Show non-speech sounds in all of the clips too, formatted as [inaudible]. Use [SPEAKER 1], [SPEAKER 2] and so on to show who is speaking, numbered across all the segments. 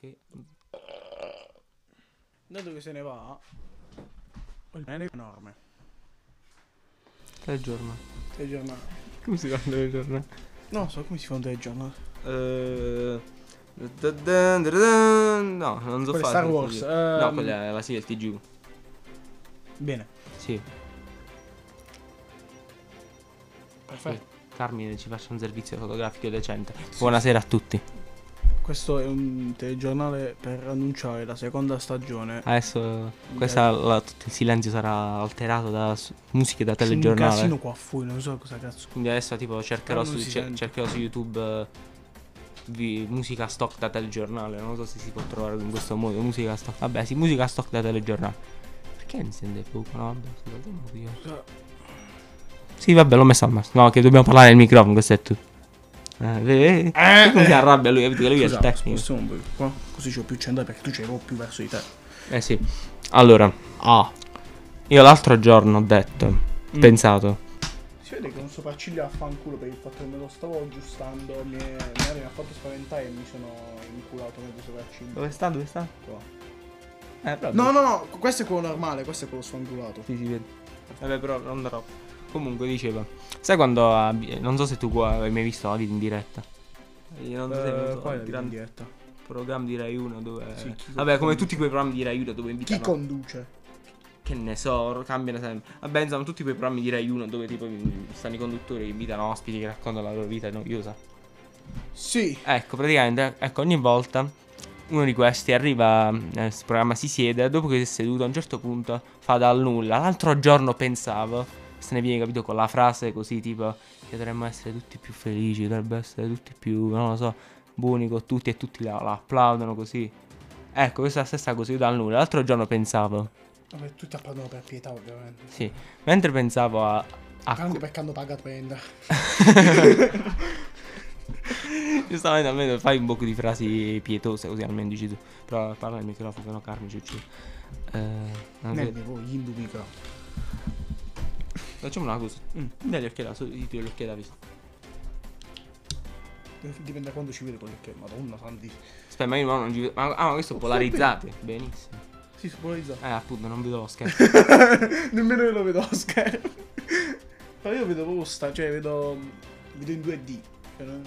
[SPEAKER 1] che...
[SPEAKER 2] Dato che se ne va, il bene è enorme.
[SPEAKER 1] Telegiornale.
[SPEAKER 2] Telegiornale.
[SPEAKER 1] Come si chiama il telegiornale?
[SPEAKER 2] Non so come si fa un telegiornale.
[SPEAKER 1] Eh, da- da- da- da- No, non so
[SPEAKER 2] Quello è
[SPEAKER 1] fare.
[SPEAKER 2] Star
[SPEAKER 1] il
[SPEAKER 2] Wars,
[SPEAKER 1] TG.
[SPEAKER 2] ehm.
[SPEAKER 1] No, quella è la sigla, il TG.
[SPEAKER 2] Bene,
[SPEAKER 1] Sì.
[SPEAKER 2] perfetto.
[SPEAKER 1] Carmine ci faccia un servizio fotografico decente. Buonasera a tutti.
[SPEAKER 2] Questo è un telegiornale per annunciare la seconda stagione.
[SPEAKER 1] Adesso questa, la- tutto il silenzio sarà alterato da s- musiche da
[SPEAKER 2] C'è un
[SPEAKER 1] telegiornale.
[SPEAKER 2] casino qua fuori, non so cosa cazzo.
[SPEAKER 1] Quindi adesso tipo cercherò,
[SPEAKER 2] Però
[SPEAKER 1] su,
[SPEAKER 2] non si
[SPEAKER 1] cer-
[SPEAKER 2] sente.
[SPEAKER 1] cercherò su YouTube eh, vi- musica stock da telegiornale. Non so se si può trovare in questo modo. Musica stock. Vabbè, sì, musica stock da telegiornale. Perché mi sente poco? No, vabbè, sì, per un motivo. Sì, vabbè, l'ho messo al massimo. No, che dobbiamo parlare nel microfono, questo è tutto. Eh, vedi? Come si arrabbia lui, capito che lui è il
[SPEAKER 2] Scusa,
[SPEAKER 1] tecnico.
[SPEAKER 2] spostiamo un po' qua, così c'ho più centro perché tu c'ero più verso di te.
[SPEAKER 1] Eh sì. Allora, ah, Mm. io l'altro giorno ho detto, pensato,
[SPEAKER 2] Mm. Si vede che un sopracciglio a fanculo per il fatto che me lo stavo aggiustando, mi, è- mi ha mi ha fatto spaventare e mi sono inculato mezzo sopracciglio.
[SPEAKER 1] Dove sta? Dove sta?
[SPEAKER 2] Qua.
[SPEAKER 1] Eh, proprio.
[SPEAKER 2] No, no, no, questo è quello normale, questo è quello sfangulato.
[SPEAKER 1] Sì, si vede. Vabbè, però non darò. Comunque, dicevo, sai quando. abbi- Non so se tu qua hai mai visto Avid in diretta. Io non so se hai mai visto il
[SPEAKER 2] Eh, in
[SPEAKER 1] grande
[SPEAKER 2] diretta.
[SPEAKER 1] programma di Rai 1 dove.
[SPEAKER 2] Sì, chi
[SPEAKER 1] Vabbè, come
[SPEAKER 2] conduce?
[SPEAKER 1] tutti quei programmi di Rai 1 dove
[SPEAKER 2] Chi
[SPEAKER 1] invitano.
[SPEAKER 2] conduce?
[SPEAKER 1] Che ne so, cambiano sempre. Vabbè, insomma, tutti quei programmi di Rai 1 dove tipo stanno i conduttori che invitano ospiti che raccontano la loro vita noiosa.
[SPEAKER 2] Sì.
[SPEAKER 1] Ecco, praticamente, ecco, ogni volta uno di questi arriva mh, nel s- programma, si siede, dopo che si è seduto a un certo punto fa dal nulla. L'altro giorno pensavo, se ne viene capito con la frase così tipo che dovremmo essere tutti più felici, dovrebbe essere tutti più, non lo so, buoni con tutti e tutti la, la applaudono così. Ecco, questa è la stessa così dal nulla. L'altro giorno pensavo,
[SPEAKER 2] Vabbè, tutti appaiono per pietà, ovviamente.
[SPEAKER 1] sì, mentre pensavo a... a
[SPEAKER 2] Anche perché hanno pagato per
[SPEAKER 1] Ah,
[SPEAKER 2] entrare.
[SPEAKER 1] Giustamente almeno fai un po' di frasi pietose così almeno dici tu. Però parla nel microfono, se no Carmi ci uccide. Eh, non vedo.
[SPEAKER 2] Nelle voi, gli indubica.
[SPEAKER 1] Facciamo una cosa. Mm, dai, gli occhiali, so- io ti do gli occhiali da vista.
[SPEAKER 2] Eh, Dipende da quando ci vede quello che è. Madonna, santi.
[SPEAKER 1] Aspetta, ma io no, non ci vedo. Ma, ah, ma questo è
[SPEAKER 2] [laughs]
[SPEAKER 1] polarizzato. Benissimo.
[SPEAKER 2] Si spolerizza.
[SPEAKER 1] Eh, appunto, non vedo lo schermo.
[SPEAKER 2] [laughs] Nemmeno io lo vedo a schermo. Però io vedo posta, cioè vedo. vedo in 2D. Cioè, non,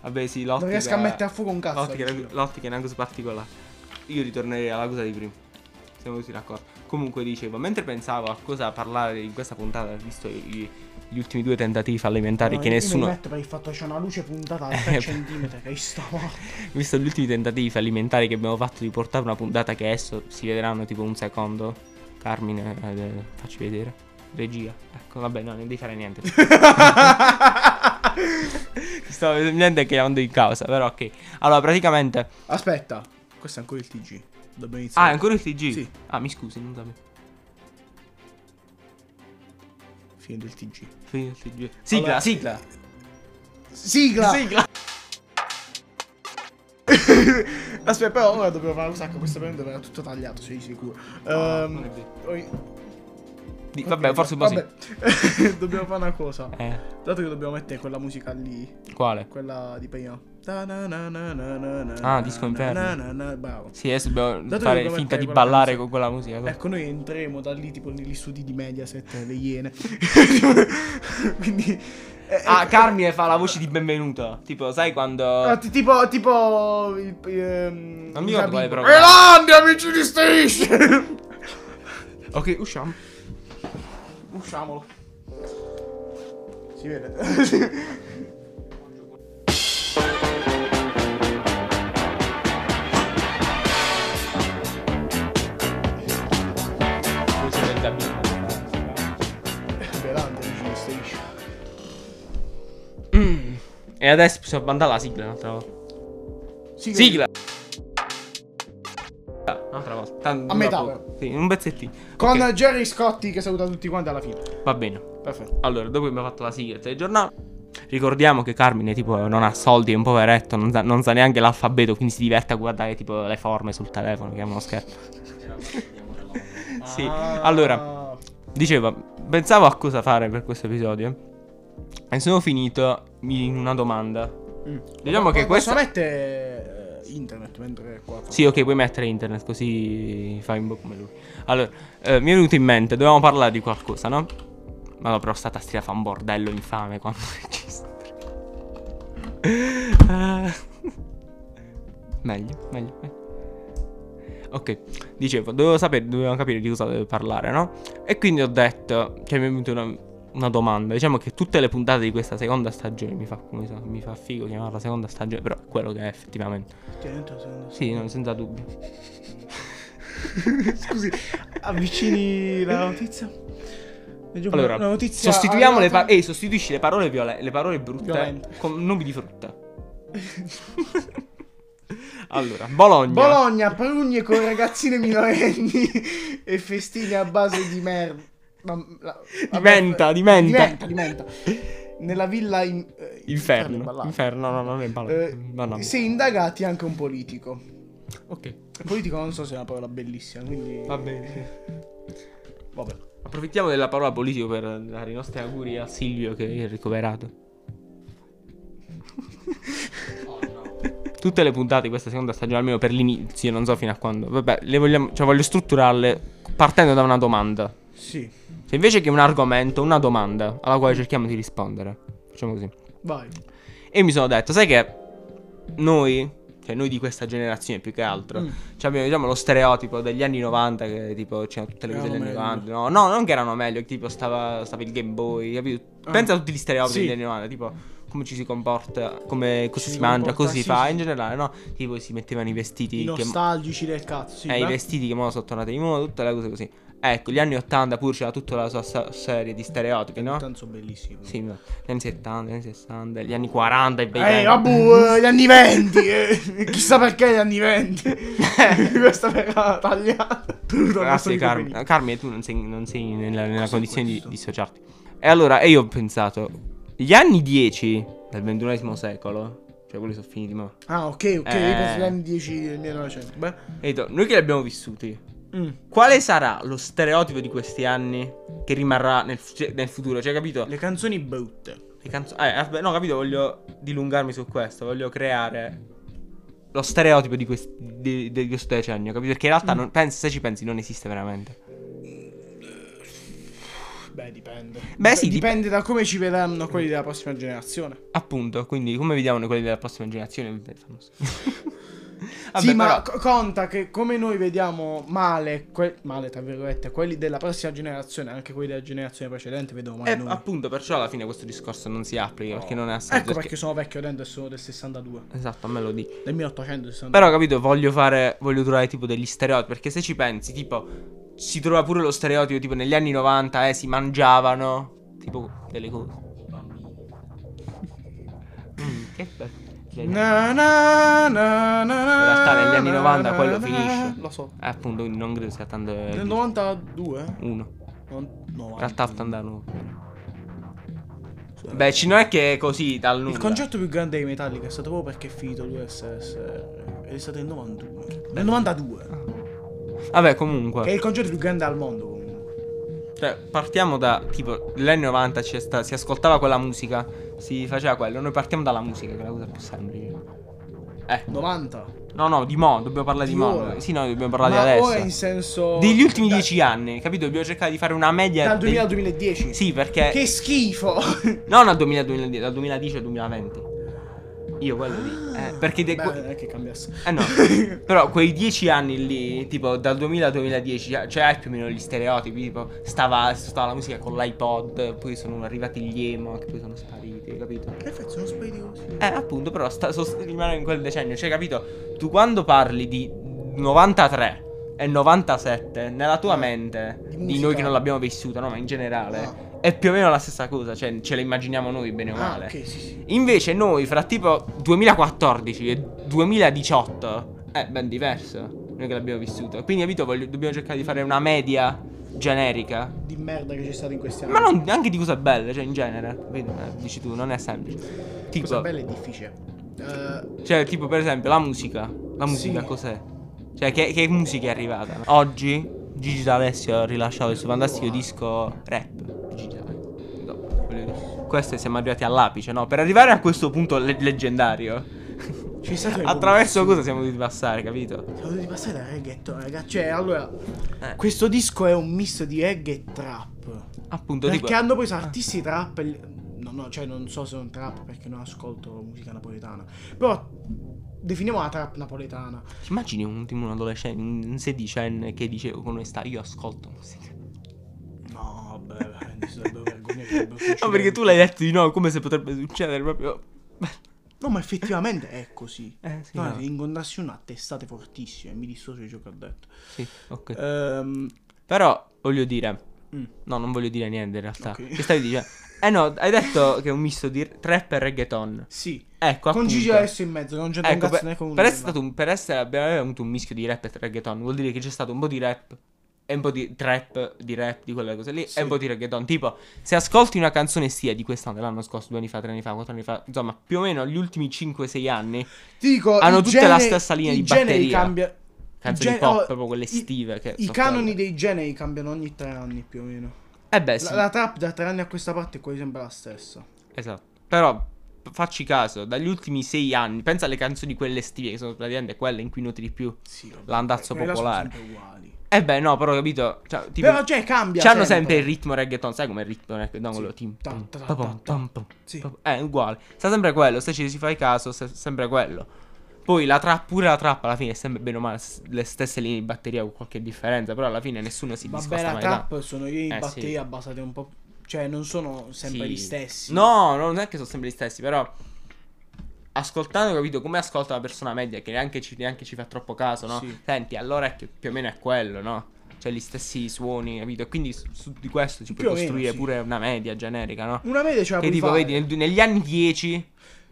[SPEAKER 1] Vabbè, sì,
[SPEAKER 2] non
[SPEAKER 1] l'ottica.
[SPEAKER 2] riesco a mettere a fuoco un cazzo. cioè.
[SPEAKER 1] l'ottica,
[SPEAKER 2] al
[SPEAKER 1] era-
[SPEAKER 2] giro.
[SPEAKER 1] l'ottica è una cosa particolare. Io ritornerei alla cosa di prima. Siamo così d'accordo. Comunque dicevo, mentre pensavo a cosa parlare in questa puntata, visto i- gli ultimi due tentativi fallimentari
[SPEAKER 2] No,
[SPEAKER 1] che
[SPEAKER 2] io- io
[SPEAKER 1] nessuno Eh,
[SPEAKER 2] Mi metto per il fatto che c'è una luce puntata
[SPEAKER 1] [laughs]
[SPEAKER 2] a 3 cm che sta morto.
[SPEAKER 1] Visto gli ultimi tentativi fallimentari che abbiamo fatto di portare una puntata che adesso si vedranno tipo un secondo. Carmine, eh, eh, facci vedere. Regia. Ecco, vabbè, no, non devi fare
[SPEAKER 2] [laughs]
[SPEAKER 1] niente. [laughs] Ti stavo niente che ando in causa, però ok. Allora, praticamente...
[SPEAKER 2] Aspetta, questo è ancora il TG. Dobbiamo
[SPEAKER 1] Ah, è
[SPEAKER 2] iniziare.
[SPEAKER 1] ancora il TG?
[SPEAKER 2] Sì.
[SPEAKER 1] Ah, mi scusi, non sapevo.
[SPEAKER 2] Fine del TG.
[SPEAKER 1] Finito il TG. Sigla,
[SPEAKER 2] Allora-
[SPEAKER 1] sigla.
[SPEAKER 2] Sigla!
[SPEAKER 1] Sigla.
[SPEAKER 2] Aspetta, però ora dobbiamo fare un sacco. Questo prende verrà tutto tagliato, sei sicuro. Ehm,
[SPEAKER 1] non è vero.
[SPEAKER 2] oi-
[SPEAKER 1] Di- Vabbè, forse un po' sì.
[SPEAKER 2] Vabbè. dobbiamo fare una cosa.
[SPEAKER 1] Eh,
[SPEAKER 2] Dato che dobbiamo mettere quella musica lì,
[SPEAKER 1] quale?
[SPEAKER 2] quella di prima. Ta na na na na na na
[SPEAKER 1] Ah,
[SPEAKER 2] na
[SPEAKER 1] Disco
[SPEAKER 2] na
[SPEAKER 1] Inferno.
[SPEAKER 2] na na na, Bravo.
[SPEAKER 1] Sì, adesso dobbiamo fare
[SPEAKER 2] che dobbiamo
[SPEAKER 1] finta
[SPEAKER 2] mettere
[SPEAKER 1] di
[SPEAKER 2] quella
[SPEAKER 1] ballare
[SPEAKER 2] canzone.
[SPEAKER 1] con quella musica. cosa.
[SPEAKER 2] Ecco, noi entreremo da lì, tipo negli studi di Mediaset, le iene. Quindi. eh,
[SPEAKER 1] Ah,
[SPEAKER 2] eh,
[SPEAKER 1] Carmine fa la voce di benvenuto. Tipo, sai quando...
[SPEAKER 2] Ah, ti- tipo, tipo. il- ehm,
[SPEAKER 1] Non mi
[SPEAKER 2] il
[SPEAKER 1] ricordo quale
[SPEAKER 2] Gabibbo.
[SPEAKER 1] programma.
[SPEAKER 2] Elandi, amici di Strisce!
[SPEAKER 1] Ok, usciamo.
[SPEAKER 2] Usciamolo. Si vede.
[SPEAKER 1] Voce del Gabino.
[SPEAKER 2] Elandi, amici di Strisce.
[SPEAKER 1] E adesso possiamo mandare la sigla un'altra volta.
[SPEAKER 2] Sigla.
[SPEAKER 1] Sigla! Un'altra volta. Tanto
[SPEAKER 2] A
[SPEAKER 1] dura
[SPEAKER 2] metà,
[SPEAKER 1] poco. Sì, un pezzettino.
[SPEAKER 2] Con
[SPEAKER 1] Ok,
[SPEAKER 2] Jerry Scotti che saluta tutti quanti alla fine.
[SPEAKER 1] Va bene.
[SPEAKER 2] Perfetto.
[SPEAKER 1] Allora, dopo che abbiamo fatto la sigla del telegiornale, ricordiamo che Carmine, tipo, non ha soldi, è un poveretto, non sa, non sa neanche l'alfabeto, quindi si diverte a guardare, tipo, le forme sul telefono, che è uno scherzo. [laughs] sì,
[SPEAKER 2] Ah.
[SPEAKER 1] allora, Dicevo, pensavo a cosa fare per questo episodio. E sono finito in una domanda. Diciamo che
[SPEAKER 2] questo
[SPEAKER 1] questa.
[SPEAKER 2] Mette Mm. eh, internet mentre qua.
[SPEAKER 1] Sì, ok, puoi mettere internet così fai un po' come lui. Allora, eh, mi è venuto in mente, dovevamo parlare di qualcosa, no? Ma no, però sta tastiera fa un bordello infame quando [laughs] registro. Ah. meglio, meglio, meglio. Ok, dicevo, dovevo sapere, dovevamo capire di cosa dovevo parlare, no? E quindi ho detto, cioè mi è venuta una, una domanda. Diciamo che tutte le puntate di questa seconda stagione, mi fa, come sa- mi fa figo chiamarla seconda stagione, però è quello che è effettivamente.
[SPEAKER 2] Effettivamente la seconda
[SPEAKER 1] Sì, no, senza dubbio.
[SPEAKER 2] [laughs] Scusi, avvicini la notizia. Leggiamo
[SPEAKER 1] Allora,
[SPEAKER 2] una notizia
[SPEAKER 1] sostituiamo le
[SPEAKER 2] arrivata.
[SPEAKER 1] parole. Ehi, sostituisci le parole, viola- le parole brutte
[SPEAKER 2] Violente.
[SPEAKER 1] con nomi di
[SPEAKER 2] [laughs]
[SPEAKER 1] frutta. allora, Bologna.
[SPEAKER 2] Bologna, prugne con ragazzine minorenni [laughs] e festini a base di merda. Ma- la-
[SPEAKER 1] Di menta, di menta.
[SPEAKER 2] Di menta, di menta. Nella villa in, eh, è
[SPEAKER 1] Inferno.
[SPEAKER 2] ballato.
[SPEAKER 1] Inferno, no, no, non è Bologna.
[SPEAKER 2] Eh,
[SPEAKER 1] No, no.
[SPEAKER 2] Sei indagati anche un politico.
[SPEAKER 1] Ok,
[SPEAKER 2] Il politico non so se è una parola bellissima, quindi...
[SPEAKER 1] va bene.
[SPEAKER 2] Vabbè.
[SPEAKER 1] Approfittiamo della parola politico per dare i nostri auguri a Silvio che è ricoverato. Tutte le puntate di questa seconda stagione, almeno per l'inizio, non so fino a quando. Vabbè, le vogliamo, cioè voglio strutturarle partendo da una domanda.
[SPEAKER 2] [laughs] Sì,
[SPEAKER 1] Se invece che un argomento, una domanda alla quale cerchiamo di rispondere. Facciamo così.
[SPEAKER 2] vai.
[SPEAKER 1] E mi sono detto, sai che noi, cioè noi di questa generazione più che altro,
[SPEAKER 2] Mm.
[SPEAKER 1] cioè abbiamo diciamo, lo stereotipo degli anni 90 che tipo c'erano tutte le cose degli
[SPEAKER 2] Erano
[SPEAKER 1] anni 90.
[SPEAKER 2] meglio.
[SPEAKER 1] No, no, non che erano meglio, che tipo stava, stava il Game Boy, capito?
[SPEAKER 2] Ah.
[SPEAKER 1] Pensa a tutti gli stereotipi
[SPEAKER 2] Sì.
[SPEAKER 1] degli anni 90, tipo come ci si comporta, come cosa
[SPEAKER 2] Ci
[SPEAKER 1] si,
[SPEAKER 2] si
[SPEAKER 1] mangia,
[SPEAKER 2] comporta,
[SPEAKER 1] cosa si
[SPEAKER 2] sì,
[SPEAKER 1] fa
[SPEAKER 2] sì.
[SPEAKER 1] in generale, no? Tipo si mettevano i vestiti
[SPEAKER 2] I
[SPEAKER 1] che
[SPEAKER 2] nostalgici del cazzo, sì.
[SPEAKER 1] eh, i
[SPEAKER 2] beh.
[SPEAKER 1] vestiti che mo sono tornati di moda, tutte le cose così. Ecco, gli anni 80 pure c'era tutta la sua sa- serie di stereotipi, no?
[SPEAKER 2] Tanto sono bellissimi.
[SPEAKER 1] Sì, ma gli anni 70, gli anni 60, gli anni 40, i bei
[SPEAKER 2] Eh,
[SPEAKER 1] tempi. [laughs]
[SPEAKER 2] vabbè, eh, gli anni venti. eh, chissà perché gli anni venti. Questa verrà tagliata.
[SPEAKER 1] Grazie Carmine. Ah, Carmine, tu non sei, non sei nella, nella condizione di di dissociarti. E allora, e io ho pensato, gli anni 10 del XXI secolo, cioè quelli sono finiti, ma...
[SPEAKER 2] Ah, ok, ok.
[SPEAKER 1] Eh.
[SPEAKER 2] Io penso agli anni 10 del 1900. Beh.
[SPEAKER 1] E dico, noi che li abbiamo vissuti,
[SPEAKER 2] Mm.
[SPEAKER 1] quale sarà lo stereotipo di questi anni che rimarrà nel, fu- nel futuro? Cioè, capito?
[SPEAKER 2] Le canzoni brutte.
[SPEAKER 1] Le canzoni. Eh, aspe- no, capito, voglio dilungarmi su questo. Voglio creare lo stereotipo di, quest- di- di questo decennio, capito? Perché in realtà, non- pensi- se ci pensi, non esiste veramente.
[SPEAKER 2] Beh, dipende.
[SPEAKER 1] Beh, sì,
[SPEAKER 2] dipende da come ci vedranno quelli della prossima generazione.
[SPEAKER 1] Appunto, quindi, come vediamo noi quelli della prossima generazione? Vabbè, fanno
[SPEAKER 2] [laughs]
[SPEAKER 1] schifo. Vabbè,
[SPEAKER 2] sì, ma
[SPEAKER 1] però-
[SPEAKER 2] co- conta che come noi vediamo male, que- male tra virgolette, quelli della prossima generazione, anche quelli della generazione precedente, vedono male
[SPEAKER 1] eh,
[SPEAKER 2] noi.
[SPEAKER 1] appunto, perciò alla fine questo discorso non si applica perché non ha senso.
[SPEAKER 2] Ecco perché
[SPEAKER 1] perché-
[SPEAKER 2] sono vecchio dentro e sono del 62.
[SPEAKER 1] Esatto, a me lo dico.
[SPEAKER 2] Del 1862.
[SPEAKER 1] Però, capito, voglio fare. Voglio trovare tipo degli stereotipi. Perché se ci pensi, tipo, si trova pure lo stereotipo, tipo, negli anni 90, eh, si mangiavano. Tipo, delle cose. Mm, che bello.
[SPEAKER 2] Na, na, na, na,
[SPEAKER 1] In
[SPEAKER 2] na,
[SPEAKER 1] realtà negli anni
[SPEAKER 2] na,
[SPEAKER 1] 90
[SPEAKER 2] na,
[SPEAKER 1] quello
[SPEAKER 2] na,
[SPEAKER 1] finisce.
[SPEAKER 2] Lo so.
[SPEAKER 1] Eh, appunto, quindi non credo sia tanto. eh,
[SPEAKER 2] Nel 92?
[SPEAKER 1] Uno.
[SPEAKER 2] Non- no,
[SPEAKER 1] In realtà, sta
[SPEAKER 2] anzi.
[SPEAKER 1] andando. Beh, ci non è che è così dal nulla.
[SPEAKER 2] Il concerto più grande dei Metallica è stato proprio perché è finito l'USS. Ed è stato nel 91. Nel 92.
[SPEAKER 1] Ah, Vabbè,
[SPEAKER 2] Che è
[SPEAKER 1] comunque.
[SPEAKER 2] il concerto più grande al mondo comunque.
[SPEAKER 1] Cioè, partiamo da. Tipo, negli anni 90 c'è sta- si ascoltava quella musica. Si faceva quello. Noi partiamo dalla musica, che è la cosa più semplice. Eh.
[SPEAKER 2] 90.
[SPEAKER 1] No, no, di mo, dobbiamo parlare di,
[SPEAKER 2] Di
[SPEAKER 1] mo.
[SPEAKER 2] ora.
[SPEAKER 1] Sì, no, dobbiamo
[SPEAKER 2] Ma
[SPEAKER 1] parlare di adesso.
[SPEAKER 2] ora in senso.
[SPEAKER 1] Degli ultimi
[SPEAKER 2] da-
[SPEAKER 1] dieci anni, capito? Dobbiamo cercare di fare una media.
[SPEAKER 2] Dal
[SPEAKER 1] dei-
[SPEAKER 2] 2000 al 2010.
[SPEAKER 1] Sì, perché.
[SPEAKER 2] Che schifo.
[SPEAKER 1] Non dal 2000 2010, dal 2010 al 2020. Io quello lì. [laughs] Eh, perché. de-
[SPEAKER 2] Beh,
[SPEAKER 1] que-
[SPEAKER 2] non è che cambiasse.
[SPEAKER 1] Eh
[SPEAKER 2] [laughs]
[SPEAKER 1] no, però quei dieci anni lì, tipo dal 2000 al 2010, cioè, cioè hai più o meno gli stereotipi, tipo stava, stava la musica con l'iPod, poi sono arrivati gli emo, che poi sono spariti, capito?
[SPEAKER 2] Che fai? Sono spediti così.
[SPEAKER 1] Eh appunto, però sta, so- rimanendo in quel decennio, cioè capito, tu quando parli di 93 e 97, nella tua
[SPEAKER 2] Eh,
[SPEAKER 1] mente,
[SPEAKER 2] di
[SPEAKER 1] di
[SPEAKER 2] musica.
[SPEAKER 1] noi che non l'abbiamo vissuta, no, ma in generale, è più o meno la stessa cosa, cioè ce la immaginiamo noi bene o
[SPEAKER 2] Ah,
[SPEAKER 1] male.
[SPEAKER 2] ok, sì, sì.
[SPEAKER 1] Invece noi fra tipo 2014 e 2018 è ben diverso. Noi che l'abbiamo vissuto. Quindi, capito, voglio- dobbiamo cercare di fare una media generica.
[SPEAKER 2] Di merda che c'è stato in questi anni.
[SPEAKER 1] Ma non anche di cose belle, cioè in genere. Vedi, eh, dici tu, non è semplice.
[SPEAKER 2] Cosa
[SPEAKER 1] Tipo,
[SPEAKER 2] bella e difficile. Eh,
[SPEAKER 1] cioè, tipo, per esempio, la musica. La musica
[SPEAKER 2] Sì.
[SPEAKER 1] cos'è? Cioè, che, che musica è arrivata? Oggi Gigi D'Alessio ha rilasciato il suo fantastico disco rap. Gigi D'Alessio. No, voglio dire, Questo siamo arrivati all'apice, no? Per arrivare a questo punto le- leggendario.
[SPEAKER 2] Ci stato
[SPEAKER 1] Attraverso cosa siamo dovuti passare, capito?
[SPEAKER 2] Siamo dovuti passare da reggaeton, raga. Cioè, allora,
[SPEAKER 1] Eh.
[SPEAKER 2] questo disco è un misto di reggae e trap.
[SPEAKER 1] Appunto,
[SPEAKER 2] Perché
[SPEAKER 1] tipo...
[SPEAKER 2] hanno preso artisti trap. e li- No, no, cioè non so se è un trap perché non ascolto musica napoletana. Però definiamo la trap napoletana.
[SPEAKER 1] Ti immagini un, tipo un adolescente, un sedicenne che dice con onestà, io ascolto musica.
[SPEAKER 2] No, beh, veramente si dovrebbero vergognare. dovrebbero
[SPEAKER 1] [laughs] No, perché tu l'hai detto di no, come se potrebbe succedere proprio... [laughs]
[SPEAKER 2] No, ma effettivamente è così.
[SPEAKER 1] Eh, sì,
[SPEAKER 2] No,
[SPEAKER 1] no.
[SPEAKER 2] se incontrassi una testate fortissima e mi dissocio di ciò che ho detto.
[SPEAKER 1] Sì, ok.
[SPEAKER 2] Ehm,
[SPEAKER 1] Però, voglio dire...
[SPEAKER 2] mm,
[SPEAKER 1] No, non voglio dire niente in realtà.
[SPEAKER 2] Ok.
[SPEAKER 1] Che stavi dicendo? Eh no, hai detto che è un misto di trap e reggaeton.
[SPEAKER 2] sì,
[SPEAKER 1] Ecco,
[SPEAKER 2] con
[SPEAKER 1] appunto.
[SPEAKER 2] Gigi adesso in mezzo, Cioè, non c'è un
[SPEAKER 1] Ecco,
[SPEAKER 2] cazzo
[SPEAKER 1] per,
[SPEAKER 2] né con
[SPEAKER 1] per
[SPEAKER 2] nulla.
[SPEAKER 1] essere stato un- per essere- abbiamo avuto un mischio di rap e reggaeton, vuol dire che c'è stato un po' di rap e un po' di trap, di rap, di quelle cose lì,
[SPEAKER 2] Sì.
[SPEAKER 1] e un po' di reggaeton. Tipo, se ascolti una canzone sia di quest'anno, dell'anno scorso, due anni fa, tre anni fa, quattro anni fa, insomma, più o meno gli ultimi 5-6 anni,
[SPEAKER 2] Ti dico,
[SPEAKER 1] hanno
[SPEAKER 2] i
[SPEAKER 1] tutte la
[SPEAKER 2] generi-
[SPEAKER 1] stessa linea
[SPEAKER 2] i
[SPEAKER 1] di
[SPEAKER 2] generi
[SPEAKER 1] batteria.
[SPEAKER 2] cambia-
[SPEAKER 1] canzoni
[SPEAKER 2] gen-
[SPEAKER 1] pop,
[SPEAKER 2] oh,
[SPEAKER 1] proprio quelle
[SPEAKER 2] i-
[SPEAKER 1] estive che
[SPEAKER 2] I
[SPEAKER 1] sono
[SPEAKER 2] canoni
[SPEAKER 1] quelle.
[SPEAKER 2] dei generi cambiano ogni tre anni più o meno.
[SPEAKER 1] Eh beh, sì,
[SPEAKER 2] La, la trap da tre anni a questa parte è quasi sempre la stessa.
[SPEAKER 1] esatto. Però p- facci caso, dagli ultimi 6 anni, pensa alle canzoni quelle estive che sono praticamente quelle in cui noti di più.
[SPEAKER 2] Sì,
[SPEAKER 1] L'andazzo
[SPEAKER 2] quelle là Cioè, sono
[SPEAKER 1] popolare.
[SPEAKER 2] sempre uguali.
[SPEAKER 1] Eh beh, no, però capito, cioè, tipo
[SPEAKER 2] Però cioè cambia.
[SPEAKER 1] C'hanno sempre il ritmo reggaeton, sai com'è il ritmo reggaeton?
[SPEAKER 2] Sì.
[SPEAKER 1] Quello tim-
[SPEAKER 2] Ta-
[SPEAKER 1] pum,
[SPEAKER 2] ta- ta-
[SPEAKER 1] pa-pum,
[SPEAKER 2] ta-
[SPEAKER 1] pam, pum,
[SPEAKER 2] Sì.
[SPEAKER 1] pa- È eh, uguale. Sta sempre quello, se ci si fa caso, se- sempre quello. Poi la trap, pure la trap alla fine è sempre bene o male s- le stesse linee di batteria con qualche differenza, però alla fine nessuno si
[SPEAKER 2] Vabbè,
[SPEAKER 1] discosta
[SPEAKER 2] la
[SPEAKER 1] mai tanto.
[SPEAKER 2] trap sono io in
[SPEAKER 1] Eh,
[SPEAKER 2] batteria basate un po'. Cioè, non sono sempre
[SPEAKER 1] Sì.
[SPEAKER 2] gli stessi.
[SPEAKER 1] No, no, non è che sono sempre gli stessi, però ascoltando, capito, come ascolta la persona media che neanche ci, neanche ci fa troppo caso, no?
[SPEAKER 2] Sì.
[SPEAKER 1] Senti, all'orecchio più o meno è quello, no? Cioè gli stessi suoni, capito? E quindi su, su di questo si può
[SPEAKER 2] Più o meno,
[SPEAKER 1] costruire
[SPEAKER 2] sì.
[SPEAKER 1] pure una media generica, no?
[SPEAKER 2] Una media ce la
[SPEAKER 1] Che
[SPEAKER 2] puoi
[SPEAKER 1] tipo,
[SPEAKER 2] fare.
[SPEAKER 1] vedi, nel- negli anni 10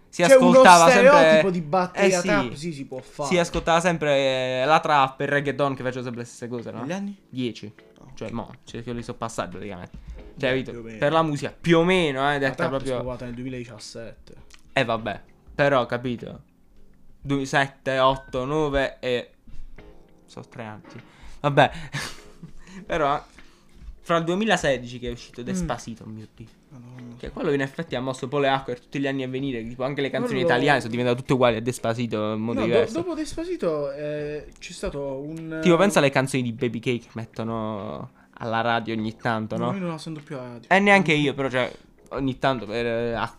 [SPEAKER 1] si
[SPEAKER 2] C'è uno
[SPEAKER 1] ascoltava sempre
[SPEAKER 2] stereotipo di batteria
[SPEAKER 1] Eh sì.
[SPEAKER 2] trap, sì, si può fare.
[SPEAKER 1] Si ascoltava sempre eh, la trap, il reggaeton che faceva sempre le stesse cose, no?
[SPEAKER 2] Negli anni?
[SPEAKER 1] 10.
[SPEAKER 2] No.
[SPEAKER 1] Cioè, mo, cioè che li so passati praticamente.
[SPEAKER 2] Beh,
[SPEAKER 1] Cioè,
[SPEAKER 2] più o
[SPEAKER 1] capito?
[SPEAKER 2] meno.
[SPEAKER 1] Per la musica più o meno, eh,
[SPEAKER 2] La
[SPEAKER 1] detta
[SPEAKER 2] trap è
[SPEAKER 1] proprio
[SPEAKER 2] scopata nel 2017.
[SPEAKER 1] Eh vabbè, però capito. 2 7 8 9 e sono tre anni. sì. Vabbè. [laughs] però fra il 2016 che è uscito
[SPEAKER 2] Mm.
[SPEAKER 1] Despacito, mio dio.
[SPEAKER 2] Madonna.
[SPEAKER 1] Che quello in effetti ha mosso poi le acque per tutti gli anni a venire. Tipo anche le canzoni
[SPEAKER 2] Quello-
[SPEAKER 1] italiane sono diventate tutte uguali a Despacito in modo
[SPEAKER 2] No, do-
[SPEAKER 1] diverso.
[SPEAKER 2] dopo Despacito eh, c'è stato un.
[SPEAKER 1] Tipo, pensa alle canzoni di Baby Cake che mettono alla radio ogni tanto,
[SPEAKER 2] No,
[SPEAKER 1] Esatto, no?
[SPEAKER 2] io non la sento più eh, mm, alla radio.
[SPEAKER 1] E neanche io, però, cioè, ogni tanto per. eh, ah,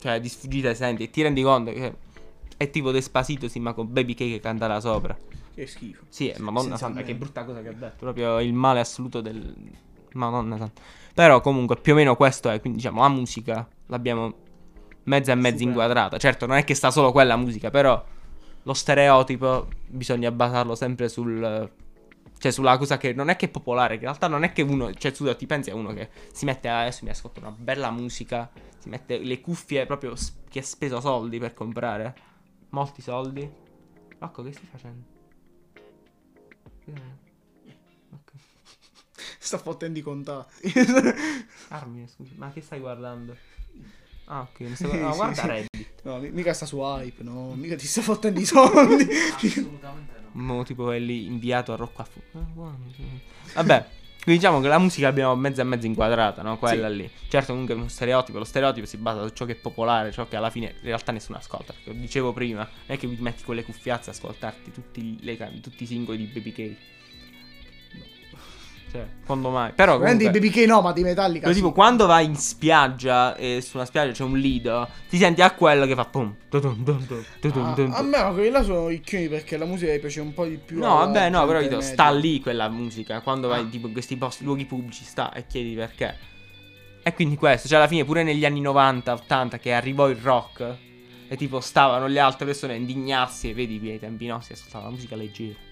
[SPEAKER 1] cioè, di sfuggita senti e ti rendi conto che. È tipo Despacito, sì, ma con Baby Cake che canta là sopra.
[SPEAKER 2] Che schifo.
[SPEAKER 1] Sì, eh, Madonna
[SPEAKER 2] Senza
[SPEAKER 1] santa,
[SPEAKER 2] me.
[SPEAKER 1] che brutta cosa che ho detto. Proprio il male assoluto del. Madonna santa. Però comunque più o meno questo è, quindi diciamo la musica l'abbiamo mezza e mezza
[SPEAKER 2] Super.
[SPEAKER 1] inquadrata. Certo, non è che sta solo quella musica, però lo stereotipo bisogna basarlo sempre sul cioè sulla cosa che non è che è popolare, che in realtà non è che uno, cioè tu ti pensi a uno che si mette "Ah, adesso mi ascolta una bella musica, si mette le cuffie proprio s- che ha speso soldi per comprare, molti soldi. Rocco, che stai facendo? Che- Ok.
[SPEAKER 2] [laughs] Sta fottendo i contatti. [laughs]
[SPEAKER 1] Armin, scusi, ma che stai [laughs] guardando? Ah, ok, mi stai
[SPEAKER 2] Sì,
[SPEAKER 1] guardando.
[SPEAKER 2] sì,
[SPEAKER 1] guarda
[SPEAKER 2] sì.
[SPEAKER 1] Reddit.
[SPEAKER 2] no, mi- mica sta su hype, no. Mica ti sta fottendo
[SPEAKER 1] [laughs]
[SPEAKER 2] i soldi.
[SPEAKER 1] Assolutamente no. Mo tipo è lì inviato a Rocco a fu- Ah, buono, sì. Vabbè. Quindi diciamo che la musica l'abbiamo mezza e mezza inquadrata, no? Quella lì. Certo, comunque è uno stereotipo. Lo stereotipo si basa su ciò che è popolare, ciò che alla fine in realtà nessuno ascolta. Perché lo dicevo prima, non è che mi metti con le cuffiazze a ascoltarti tutti, le can- tutti i singoli di Baby Cake. Cioè, quando mai? Però
[SPEAKER 2] Prendi i
[SPEAKER 1] comunque...
[SPEAKER 2] baby K no, ma di Metallica.
[SPEAKER 1] Lo
[SPEAKER 2] sì.
[SPEAKER 1] dico, quando vai in spiaggia e su una spiaggia c'è un lido, ti senti a quello che fa pum, dun dun dun dun dun
[SPEAKER 2] Ah,
[SPEAKER 1] dun
[SPEAKER 2] a
[SPEAKER 1] dun.
[SPEAKER 2] me no, quelli là sono i chioni perché la musica mi piace un po' di più.
[SPEAKER 1] No,
[SPEAKER 2] alla
[SPEAKER 1] vabbè, no,
[SPEAKER 2] gente
[SPEAKER 1] però capito,
[SPEAKER 2] media.
[SPEAKER 1] sta lì quella musica. Quando vai
[SPEAKER 2] Ah.
[SPEAKER 1] tipo in questi posti, luoghi pubblici, sta e chiedi perché. E quindi questo, cioè alla fine pure negli anni 90, 80 che arrivò il rock e tipo stavano le altre persone a indignarsi e vedi che ai tempi nostri ascoltavano la musica leggera.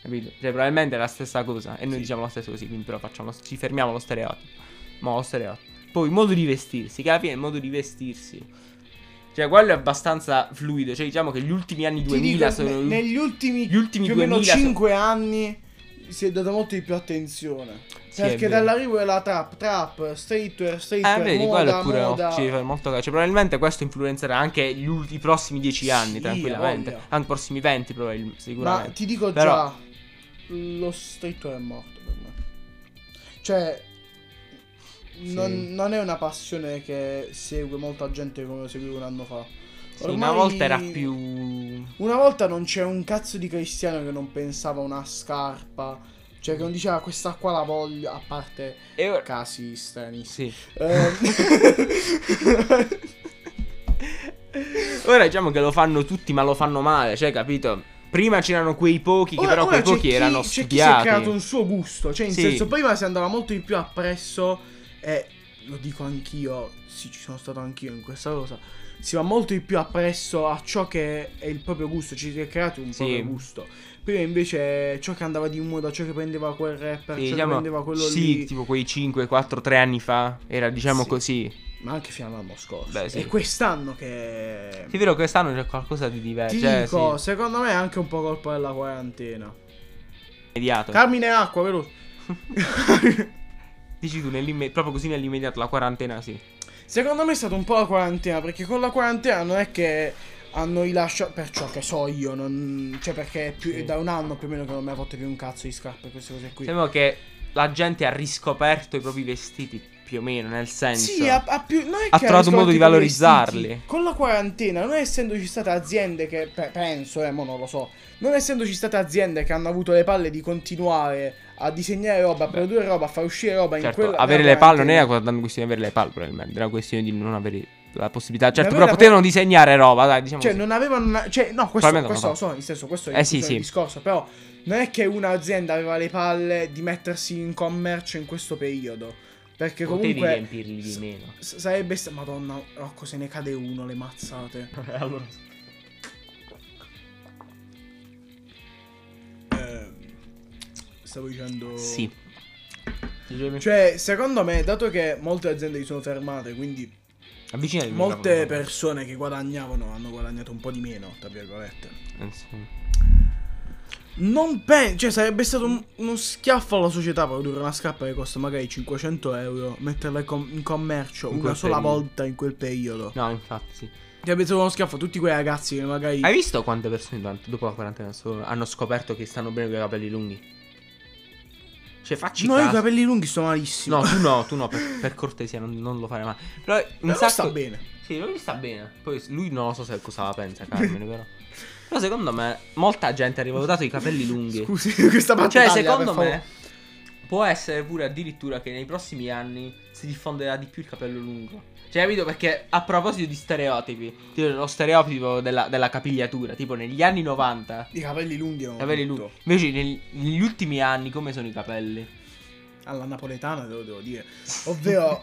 [SPEAKER 1] Capito? Cioè probabilmente è la stessa cosa e noi
[SPEAKER 2] Sì.
[SPEAKER 1] diciamo lo stesso così, quindi però facciamo, ci fermiamo allo stereotipo. Ma lo stereotipo. Poi il modo di vestirsi, che alla fine è il modo di vestirsi. Cioè quello è abbastanza fluido, cioè diciamo che gli ultimi anni
[SPEAKER 2] Ti
[SPEAKER 1] 2000
[SPEAKER 2] dico,
[SPEAKER 1] sono...
[SPEAKER 2] ne- negli ultimi,
[SPEAKER 1] gli ultimi
[SPEAKER 2] più o meno
[SPEAKER 1] 2000 sono-
[SPEAKER 2] 5 anni si è data molto di più attenzione.
[SPEAKER 1] Sì, è
[SPEAKER 2] perché
[SPEAKER 1] vero.
[SPEAKER 2] dall'arrivo della trap, trap, streetwear, streetwear,
[SPEAKER 1] Eh, vedi, quello
[SPEAKER 2] Cioè, moda,
[SPEAKER 1] è pure
[SPEAKER 2] moda.
[SPEAKER 1] ci fa molto ca- Cioè, probabilmente questo influenzerà anche gli ulti- i prossimi dieci anni,
[SPEAKER 2] Sì,
[SPEAKER 1] tranquillamente.
[SPEAKER 2] ha voglia.
[SPEAKER 1] Anche i prossimi 20, probabilmente,
[SPEAKER 2] Ma
[SPEAKER 1] sicuramente.
[SPEAKER 2] ti dico
[SPEAKER 1] Però-
[SPEAKER 2] già, lo streetwear è morto per me. Cioè,
[SPEAKER 1] Sì.
[SPEAKER 2] non, non è una passione che segue molta gente come lo seguivo un anno fa.
[SPEAKER 1] Sì, una
[SPEAKER 2] ormai-
[SPEAKER 1] volta era più
[SPEAKER 2] Una volta non c'è un cazzo di cristiano che non pensava a una scarpa. Cioè, che non diceva questa qua la voglio. A parte
[SPEAKER 1] E ora... [laughs]
[SPEAKER 2] casi stranissimi.
[SPEAKER 1] Sì.
[SPEAKER 2] [laughs] Eh,
[SPEAKER 1] Ora diciamo che lo fanno tutti, ma lo fanno male, cioè, capito? Prima c'erano quei pochi, che
[SPEAKER 2] ora-
[SPEAKER 1] però
[SPEAKER 2] ora
[SPEAKER 1] quei
[SPEAKER 2] c'è
[SPEAKER 1] pochi
[SPEAKER 2] chi-
[SPEAKER 1] erano
[SPEAKER 2] C'è chi si è
[SPEAKER 1] studiati.
[SPEAKER 2] creato un suo gusto. Cioè, in
[SPEAKER 1] Sì.
[SPEAKER 2] senso, prima si andava molto di più appresso. E lo dico anch'io. Sì, ci sono stato anch'io in questa cosa. Si va molto di più appresso a ciò che è il proprio gusto. Ci si è creato un
[SPEAKER 1] Sì.
[SPEAKER 2] proprio gusto. Prima invece ciò che andava di moda, ciò che prendeva quel rapper,
[SPEAKER 1] Sì,
[SPEAKER 2] ciò che prendeva
[SPEAKER 1] diciamo,
[SPEAKER 2] quello
[SPEAKER 1] sì,
[SPEAKER 2] lì.
[SPEAKER 1] tipo quei 5, 4, 3 anni fa era diciamo
[SPEAKER 2] Sì.
[SPEAKER 1] così.
[SPEAKER 2] Ma anche fino all'anno scorso.
[SPEAKER 1] Beh, sì.
[SPEAKER 2] E quest'anno che.
[SPEAKER 1] È vero che quest'anno c'è qualcosa di diverso,
[SPEAKER 2] Ti
[SPEAKER 1] cioè,
[SPEAKER 2] dico,
[SPEAKER 1] sì,
[SPEAKER 2] secondo me è anche un po' colpa della quarantena.
[SPEAKER 1] immediato.
[SPEAKER 2] Carmine acqua, veloce.
[SPEAKER 1] Dici tu, nell'imme- proprio così nell'immediato, la quarantena sì.
[SPEAKER 2] secondo me è stata un po' la quarantena, perché con la quarantena non è che hanno rilasciato, per ciò che so io, non- cioè perché è più-
[SPEAKER 1] Sì.
[SPEAKER 2] è da un anno più o meno che non mi ha fatto più un cazzo di scarpe e queste cose qui.
[SPEAKER 1] Sembra che la gente ha riscoperto i propri vestiti, più o meno, nel senso.
[SPEAKER 2] Sì, ha, ha più. non è
[SPEAKER 1] Ha
[SPEAKER 2] che
[SPEAKER 1] trovato un modo di
[SPEAKER 2] riscoperto i
[SPEAKER 1] valorizzarli.
[SPEAKER 2] vestiti. Con la quarantena, non essendoci state aziende che. pe- penso, eh, mo non lo so. Non essendoci state aziende che hanno avuto le palle di continuare a disegnare roba, a produrre roba, a far uscire roba in
[SPEAKER 1] Certo,
[SPEAKER 2] quella.
[SPEAKER 1] avere
[SPEAKER 2] nella
[SPEAKER 1] le palle non
[SPEAKER 2] quarantena.
[SPEAKER 1] era una questione di avere le palle, probabilmente, era una questione di non avere la possibilità. Certo,
[SPEAKER 2] Ma
[SPEAKER 1] però
[SPEAKER 2] avere la-
[SPEAKER 1] potevano disegnare roba, dai, diciamo
[SPEAKER 2] Cioè,
[SPEAKER 1] così.
[SPEAKER 2] non avevano. una- cioè, no, questo,
[SPEAKER 1] Probabilmente
[SPEAKER 2] questo
[SPEAKER 1] non
[SPEAKER 2] lo so, nel senso, questo è
[SPEAKER 1] Eh,
[SPEAKER 2] il,
[SPEAKER 1] sì,
[SPEAKER 2] questo è il
[SPEAKER 1] sì.
[SPEAKER 2] discorso. Però non è che un'azienda aveva le palle di mettersi in commercio in questo periodo. Perché
[SPEAKER 1] Potevi
[SPEAKER 2] comunque.
[SPEAKER 1] riempirli di
[SPEAKER 2] s- [laughs]
[SPEAKER 1] meno.
[SPEAKER 2] s- Sarebbe. sta- Madonna, Rocco, se ne cade uno, le
[SPEAKER 1] [laughs]
[SPEAKER 2] mazzate.
[SPEAKER 1] allora,
[SPEAKER 2] Eh, stavo dicendo.
[SPEAKER 1] sì.
[SPEAKER 2] Cioè, secondo me, dato che molte aziende si sono fermate, quindi
[SPEAKER 1] Avvicina il
[SPEAKER 2] molte
[SPEAKER 1] microfono.
[SPEAKER 2] persone che guadagnavano hanno guadagnato un po' di meno, tra virgolette.
[SPEAKER 1] Eh, sì.
[SPEAKER 2] Non penso, cioè sarebbe stato un- uno schiaffo alla società produrre una scarpa che costa magari 500 euro, metterla in, com- in commercio
[SPEAKER 1] In
[SPEAKER 2] una
[SPEAKER 1] quel
[SPEAKER 2] sola
[SPEAKER 1] periodo.
[SPEAKER 2] volta in quel periodo.
[SPEAKER 1] No, infatti, sì.
[SPEAKER 2] Sarebbe stato uno schiaffo a tutti quei ragazzi che magari...
[SPEAKER 1] Hai visto quante persone durante- dopo la quarantena sono- hanno scoperto che stanno bene con i capelli lunghi? Cioè, facci
[SPEAKER 2] No, io i
[SPEAKER 1] caso.
[SPEAKER 2] capelli lunghi sto malissimo.
[SPEAKER 1] No, tu no, tu no, per, per cortesia, non, non lo fare mai. Però un
[SPEAKER 2] [laughs] Però
[SPEAKER 1] sacco...
[SPEAKER 2] sta bene.
[SPEAKER 1] Sì, lui sta bene. Poi lui non lo so se cosa la pensa, Carmine, però. Però secondo me, molta gente ha rivalutato i capelli lunghi.
[SPEAKER 2] Scusi, [laughs] questa parte
[SPEAKER 1] cioè,
[SPEAKER 2] taglia,
[SPEAKER 1] secondo
[SPEAKER 2] per
[SPEAKER 1] me, può essere pure addirittura che nei prossimi anni si diffonderà di più il capello lungo. Cioè, capito? Perché a proposito di stereotipi, tipo lo stereotipo della, della capigliatura, tipo negli anni 90,
[SPEAKER 2] I capelli lunghi erano
[SPEAKER 1] capelli
[SPEAKER 2] tutto.
[SPEAKER 1] lunghi. Invece nel- negli ultimi anni come sono i capelli?
[SPEAKER 2] alla napoletana, te lo devo dire.
[SPEAKER 1] [laughs]
[SPEAKER 2] Ovvero,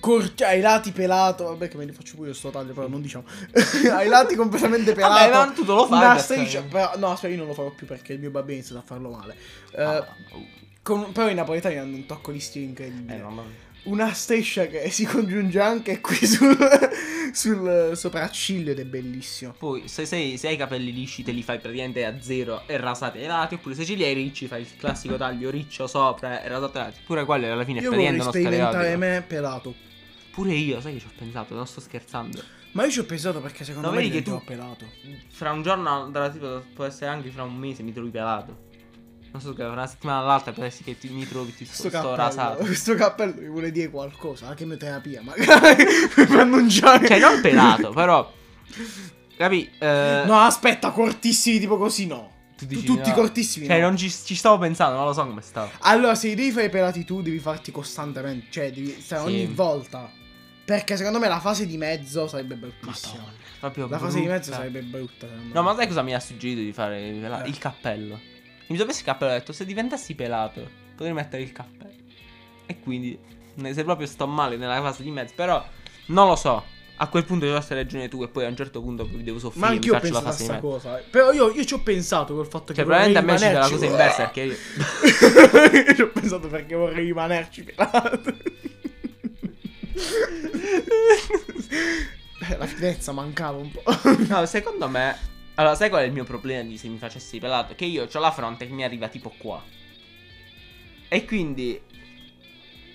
[SPEAKER 2] corti ai lati pelato. Vabbè, che me li faccio pure io sto taglio, però non diciamo. [laughs] ai lati completamente pelato.
[SPEAKER 1] Mm. [laughs] Vabbè, ma tu te lo fai.
[SPEAKER 2] una
[SPEAKER 1] per
[SPEAKER 2] striscia,
[SPEAKER 1] te.
[SPEAKER 2] però- no, aspetta, io non lo farò più perché il mio babbo ha iniziato a farlo male. Eh,
[SPEAKER 1] Ah, oh,
[SPEAKER 2] con- però i napoletani hanno un tocco di stile incredibile.
[SPEAKER 1] eh, no, no.
[SPEAKER 2] Una striscia che si congiunge anche qui sul, [laughs] sul sopracciglio ed è bellissimo.
[SPEAKER 1] Poi, se, sei- se hai i capelli lisci, te li fai praticamente a zero e rasati ai lati. Oppure, se ce li hai ricci, fai il classico taglio riccio sopra e rasato ai lati. Pure quello alla fine è
[SPEAKER 2] Io vorrei
[SPEAKER 1] praticamente uno
[SPEAKER 2] sperimentare
[SPEAKER 1] stereotipo.
[SPEAKER 2] me pelato.
[SPEAKER 1] Pure io, sai che ci ho pensato, non sto scherzando.
[SPEAKER 2] Ma io ci ho pensato perché secondo
[SPEAKER 1] No,
[SPEAKER 2] me
[SPEAKER 1] vedi che
[SPEAKER 2] diventerò
[SPEAKER 1] tu-
[SPEAKER 2] pelato.
[SPEAKER 1] Fra un giorno, dalla tipo, può essere anche fra un mese, mi trovi pelato. Non so, che fra una settimana all'altra, può essere che ti- mi trovi ti sto,
[SPEAKER 2] Questo
[SPEAKER 1] sto
[SPEAKER 2] cappello, [laughs]
[SPEAKER 1] rasato.
[SPEAKER 2] questo cappello mi vuole dire qualcosa, la chemioterapia, magari [laughs] per annunciare.
[SPEAKER 1] Cioè, non pelato, però. Capi? Eh,
[SPEAKER 2] No, aspetta, cortissimi tipo così no.
[SPEAKER 1] tu
[SPEAKER 2] Tu-
[SPEAKER 1] dici
[SPEAKER 2] tutti
[SPEAKER 1] no.
[SPEAKER 2] cortissimi.
[SPEAKER 1] Cioè,
[SPEAKER 2] no.
[SPEAKER 1] non ci, ci stavo pensando, non lo so come stavo.
[SPEAKER 2] Allora, se devi fare i pelati tu, devi farti costantemente, cioè devi stare
[SPEAKER 1] Sì.
[SPEAKER 2] ogni volta. Perché secondo me la fase di mezzo sarebbe bruttissima.
[SPEAKER 1] Madonna, proprio
[SPEAKER 2] La fase di mezzo
[SPEAKER 1] brutta.
[SPEAKER 2] sarebbe brutta. secondo
[SPEAKER 1] No,
[SPEAKER 2] me.
[SPEAKER 1] ma sai cosa mi ha suggerito di fare? La-
[SPEAKER 2] Eh.
[SPEAKER 1] Il cappello. Mi sono messo il cappello e ho detto: se diventassi pelato, potrei mettere il cappello. E quindi, ne- se proprio sto male nella fase di mezzo, però non lo so. A quel punto devo essere ragione tu, e poi a un certo punto vi devo soffrire.
[SPEAKER 2] Ma anch'io ho
[SPEAKER 1] mi faccio la
[SPEAKER 2] pensato a
[SPEAKER 1] fase di
[SPEAKER 2] sta
[SPEAKER 1] mezzo.
[SPEAKER 2] cosa. eh. Però io, io ci ho pensato col fatto che
[SPEAKER 1] Cioè, probabilmente a me c'è la
[SPEAKER 2] la
[SPEAKER 1] cosa inversa. Perché io.
[SPEAKER 2] io [laughs] ci ho pensato perché vorrei rimanerci pelato.
[SPEAKER 1] [laughs]
[SPEAKER 2] Eh, La finezza mancava
[SPEAKER 1] [laughs]
[SPEAKER 2] un po'.
[SPEAKER 1] No, secondo me. Allora, sai qual è il mio problema di se mi facessi pelato? Che io ho la fronte che mi arriva tipo qua. E quindi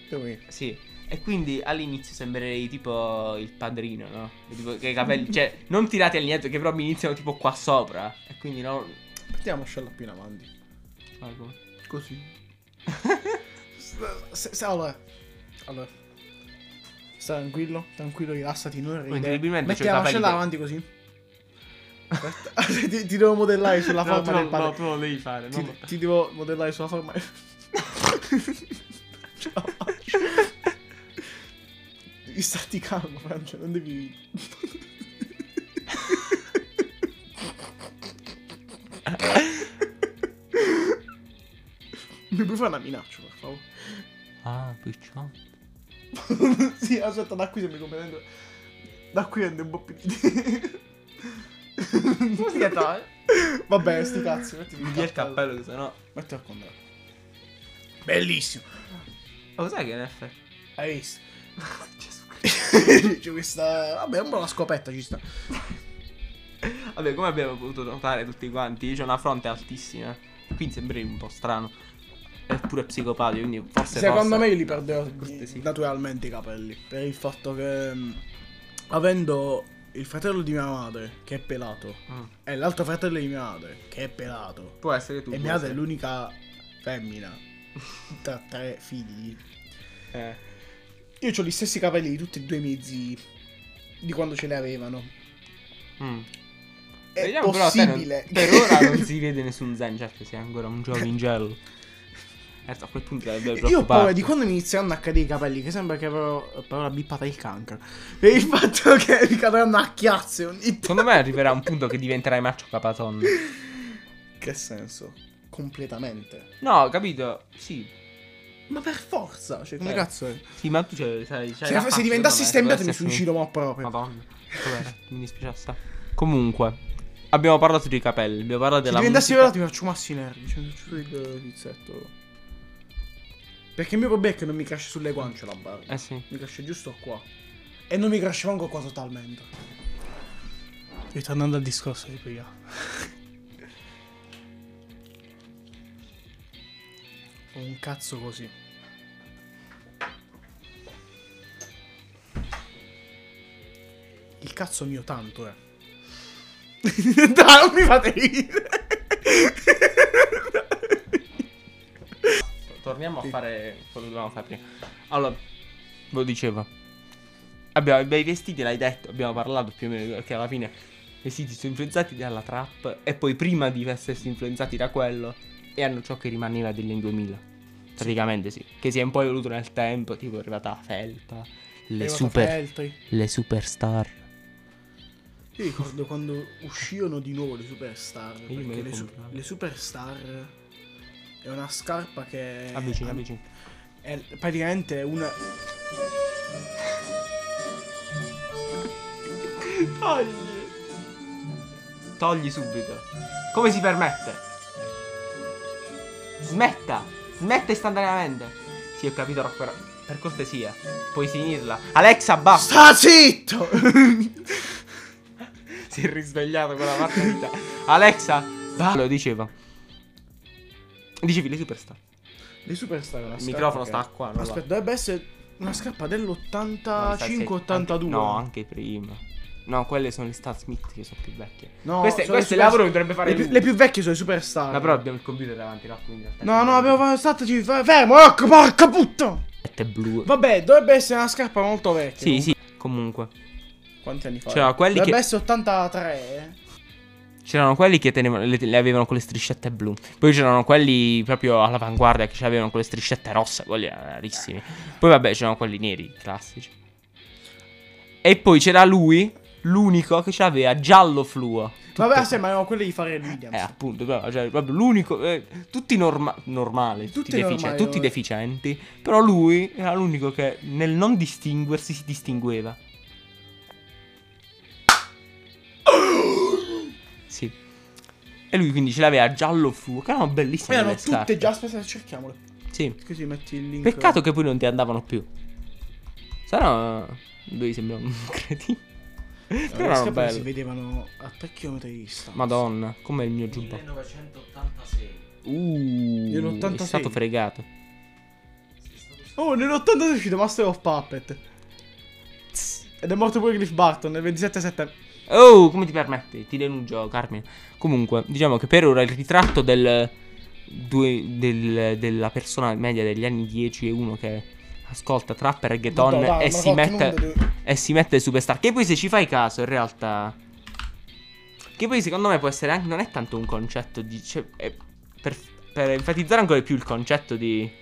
[SPEAKER 2] Dove?
[SPEAKER 1] Sì. E quindi all'inizio sembrerei tipo il padrino, no? Tipo che i capelli, cioè, non tirati all'indietro, che però mi iniziano tipo qua sopra. E quindi no.
[SPEAKER 2] Mettiamo scella più in avanti.
[SPEAKER 1] Ma come?
[SPEAKER 2] Così. [laughs] Se, se- allora. Allora. Stai tranquillo, tranquillo, rilassati, non ridere.
[SPEAKER 1] incredibilmente c'ho i
[SPEAKER 2] Metti la
[SPEAKER 1] capelli
[SPEAKER 2] scella
[SPEAKER 1] che-
[SPEAKER 2] avanti così. Aspetta, [laughs] ti, ti devo modellare sulla
[SPEAKER 3] no,
[SPEAKER 2] forma
[SPEAKER 3] tu,
[SPEAKER 2] del
[SPEAKER 3] no,
[SPEAKER 2] padre.
[SPEAKER 3] tu non lo devi fare. no,
[SPEAKER 2] ti,
[SPEAKER 3] no.
[SPEAKER 2] ti devo modellare sulla forma. [laughs] Ciao. Devi starti calmo, Francia, non devi. Mi puoi fare una minaccia, per favore?
[SPEAKER 1] Ah, picciò.
[SPEAKER 2] [laughs] sì, aspetta, da qui se mi comprendo. Da qui rende un po' più. Vabbè, sti cazzi, mettiti
[SPEAKER 3] Mi dia il cappello che sennò.
[SPEAKER 2] Metti al contrario. Bellissimo.
[SPEAKER 3] Ma cos'è che è effetti?
[SPEAKER 1] [laughs]
[SPEAKER 2] Hai visto? [laughs]
[SPEAKER 3] Gesù Cristo.
[SPEAKER 2] C'è questa. Vabbè, è un po' la scopetta, ci sta.
[SPEAKER 3] Vabbè, come abbiamo potuto notare tutti quanti, c'è una fronte altissima. Quindi sembri un po' strano. È pure psicopatico, quindi forse.
[SPEAKER 2] Secondo
[SPEAKER 3] possa-
[SPEAKER 2] me io li perderò
[SPEAKER 3] cortesia.
[SPEAKER 2] naturalmente i capelli. Per il fatto che. mh, Avendo il fratello di mia madre, che è pelato,
[SPEAKER 3] Mm.
[SPEAKER 2] e l'altro fratello di mia madre, che è pelato,
[SPEAKER 3] Può essere tu.
[SPEAKER 2] e
[SPEAKER 3] può
[SPEAKER 2] mia madre è
[SPEAKER 3] essere-
[SPEAKER 2] l'unica femmina tra tre figli.
[SPEAKER 3] Eh.
[SPEAKER 2] Io ho gli stessi capelli di tutti e due i miei zii di quando ce li avevano.
[SPEAKER 1] Mm.
[SPEAKER 2] È
[SPEAKER 1] Vediamo però, te non-
[SPEAKER 2] possibile.
[SPEAKER 1] per ora
[SPEAKER 2] [laughs]
[SPEAKER 1] non si vede nessun zen, certo sei ancora un giovincello. Certo, a quel punto dovrebbe
[SPEAKER 2] Io ho paura
[SPEAKER 1] preoccuparti.
[SPEAKER 2] di quando mi iniziano a cadere i capelli, che sembra che avrò però la bippata del cancro. E il fatto che mi cadranno a chiazze ogni tanto.
[SPEAKER 1] Secondo me arriverà un punto che diventerai Marcio Capaton.
[SPEAKER 2] Che senso? Completamente.
[SPEAKER 1] No, capito? Sì.
[SPEAKER 2] Ma per forza, cioè come
[SPEAKER 1] Eh.
[SPEAKER 2] cazzo è?
[SPEAKER 1] Sì, ma tu c'hai, sai, c'hai
[SPEAKER 2] Se,
[SPEAKER 1] la
[SPEAKER 2] se
[SPEAKER 1] faccia,
[SPEAKER 2] diventassi
[SPEAKER 1] secondo me,
[SPEAKER 2] stemmiato
[SPEAKER 1] dovresti
[SPEAKER 2] mi
[SPEAKER 1] essere
[SPEAKER 2] suicido ma
[SPEAKER 1] un-
[SPEAKER 2] proprio.
[SPEAKER 1] Madonna. Vabbè, mi dispiace sta. Comunque, abbiamo parlato di capelli, abbiamo parlato
[SPEAKER 2] Se
[SPEAKER 1] della
[SPEAKER 2] diventassi
[SPEAKER 1] musica.
[SPEAKER 2] vero ti faccio massi i nervi, cioè mi faccio il pizzetto. Perché il mio problema è che non mi cresce sulle guance la barba.
[SPEAKER 1] Eh sì.
[SPEAKER 2] Mi cresce giusto qua. E non mi cresce manco qua totalmente. Ritornando al discorso di prima. [laughs] Ho un cazzo così. Il cazzo mio tanto, eh. [laughs] Dai, non mi fate ridere.
[SPEAKER 1] Torniamo a
[SPEAKER 2] Sì.
[SPEAKER 1] fare quello che dovevamo fare prima. Allora, ve lo dicevo. Abbiamo i bei vestiti, l'hai detto, abbiamo parlato più o meno perché alla fine i vestiti sono influenzati dalla trap e poi prima di essersi influenzati da quello e hanno ciò che rimaneva degli anni 2000. Praticamente sì, che si è un po' evoluto nel tempo, tipo è arrivata la felpa, le, super,
[SPEAKER 2] Feltri.
[SPEAKER 1] le superstar.
[SPEAKER 2] Io ricordo quando uscirono di nuovo le superstar.
[SPEAKER 1] io me
[SPEAKER 2] Perché
[SPEAKER 1] le
[SPEAKER 2] le, su-
[SPEAKER 1] comprai.
[SPEAKER 2] le superstar è una scarpa che.
[SPEAKER 1] Amici,
[SPEAKER 2] è-
[SPEAKER 1] amici.
[SPEAKER 2] È praticamente una.
[SPEAKER 1] Togli. Togli subito. Come si permette? Smetta. Smetta istantaneamente. Sì, ho capito, Rock, però per cortesia. Puoi finirla. Alexa, basta.
[SPEAKER 2] Ah, Sta [laughs] zitto!
[SPEAKER 1] si è risvegliato quella parte di te. Alexa, basta. Lo dicevo. Dicevi le superstar.
[SPEAKER 2] le superstar è una
[SPEAKER 1] Il
[SPEAKER 2] scarpa
[SPEAKER 1] microfono
[SPEAKER 2] che-
[SPEAKER 1] sta qua, non là.
[SPEAKER 2] Aspetta, dovrebbe essere una scarpa Ah, dell'85-82.
[SPEAKER 1] No, anche prima. No, quelle sono le Stan Smith che sono più vecchie.
[SPEAKER 2] No,
[SPEAKER 1] queste
[SPEAKER 2] sono le
[SPEAKER 1] queste il
[SPEAKER 2] super-
[SPEAKER 1] lavoro che dovrebbe fare
[SPEAKER 2] le più,
[SPEAKER 1] lui.
[SPEAKER 2] le più vecchie sono le superstar.
[SPEAKER 1] Ma però abbiamo il computer davanti, Rock, quindi in realtà-
[SPEAKER 2] No, no, abbiamo fatto stati fermo, ecco, porca puttana!
[SPEAKER 1] Sette blu.
[SPEAKER 2] Vabbè, dovrebbe essere una scarpa molto vecchia.
[SPEAKER 1] Sì, sì. Comunque,
[SPEAKER 2] Quanti anni fa?
[SPEAKER 1] Cioè, quelli
[SPEAKER 2] dovrebbe
[SPEAKER 1] che-
[SPEAKER 2] essere 83, eh.
[SPEAKER 1] c'erano quelli che tenevano, le, le avevano con le striscette blu. Poi c'erano quelli proprio all'avanguardia che ce l'avevano con le striscette rosse. Quelli erano rarissimi. Poi, vabbè, c'erano quelli neri, classici. E poi c'era lui, l'unico che ce l'aveva giallo fluo. Tutto-
[SPEAKER 2] Vabbè, sì, ma erano quelle di fare Williams.
[SPEAKER 1] Eh, appunto, però, cioè, proprio l'unico. eh, tutti norma- normali, tutti,
[SPEAKER 2] Tutti normali,
[SPEAKER 1] defici- tutti
[SPEAKER 2] vabbè.
[SPEAKER 1] deficienti. Però lui era l'unico che nel non distinguersi si
[SPEAKER 2] [gasps]
[SPEAKER 1] distingueva. Sì. E lui quindi ce l'aveva giallo fluo, che erano bellissime.
[SPEAKER 2] erano
[SPEAKER 1] le
[SPEAKER 2] tutte
[SPEAKER 1] scarpe.
[SPEAKER 2] già, aspetta, cerchiamole.
[SPEAKER 1] Sì.
[SPEAKER 2] Così metti il link.
[SPEAKER 1] Peccato che poi non ti andavano più. Sarà. Lui sembra un [laughs] cretino.
[SPEAKER 2] Eh,
[SPEAKER 1] Però
[SPEAKER 2] le
[SPEAKER 1] erano
[SPEAKER 2] scarpe si
[SPEAKER 1] belle.
[SPEAKER 2] vedevano a 3 km di distanza.
[SPEAKER 1] Madonna, com'è il mio giubbotto.
[SPEAKER 3] 1986.
[SPEAKER 1] Uh, è
[SPEAKER 2] 86.
[SPEAKER 1] stato fregato.
[SPEAKER 2] Oh, nell'80 è uscito Master of Puppet. Ed è morto pure Cliff Barton nel 27 settembre.
[SPEAKER 1] Oh, come ti permetti? Ti denuncio, Carmine. Comunque, diciamo che per ora il ritratto del, due- del- della persona media degli anni 10 è uno che ascolta trap e reggaeton
[SPEAKER 2] Madonna,
[SPEAKER 1] e,
[SPEAKER 2] ma
[SPEAKER 1] eh, si
[SPEAKER 2] no,
[SPEAKER 1] mette,
[SPEAKER 2] non devo-
[SPEAKER 1] e si mette superstar. Che poi se ci fai caso, in realtà... Che poi secondo me può essere anche. Non è tanto un concetto di. cioè, è per, per enfatizzare ancora di più il concetto di.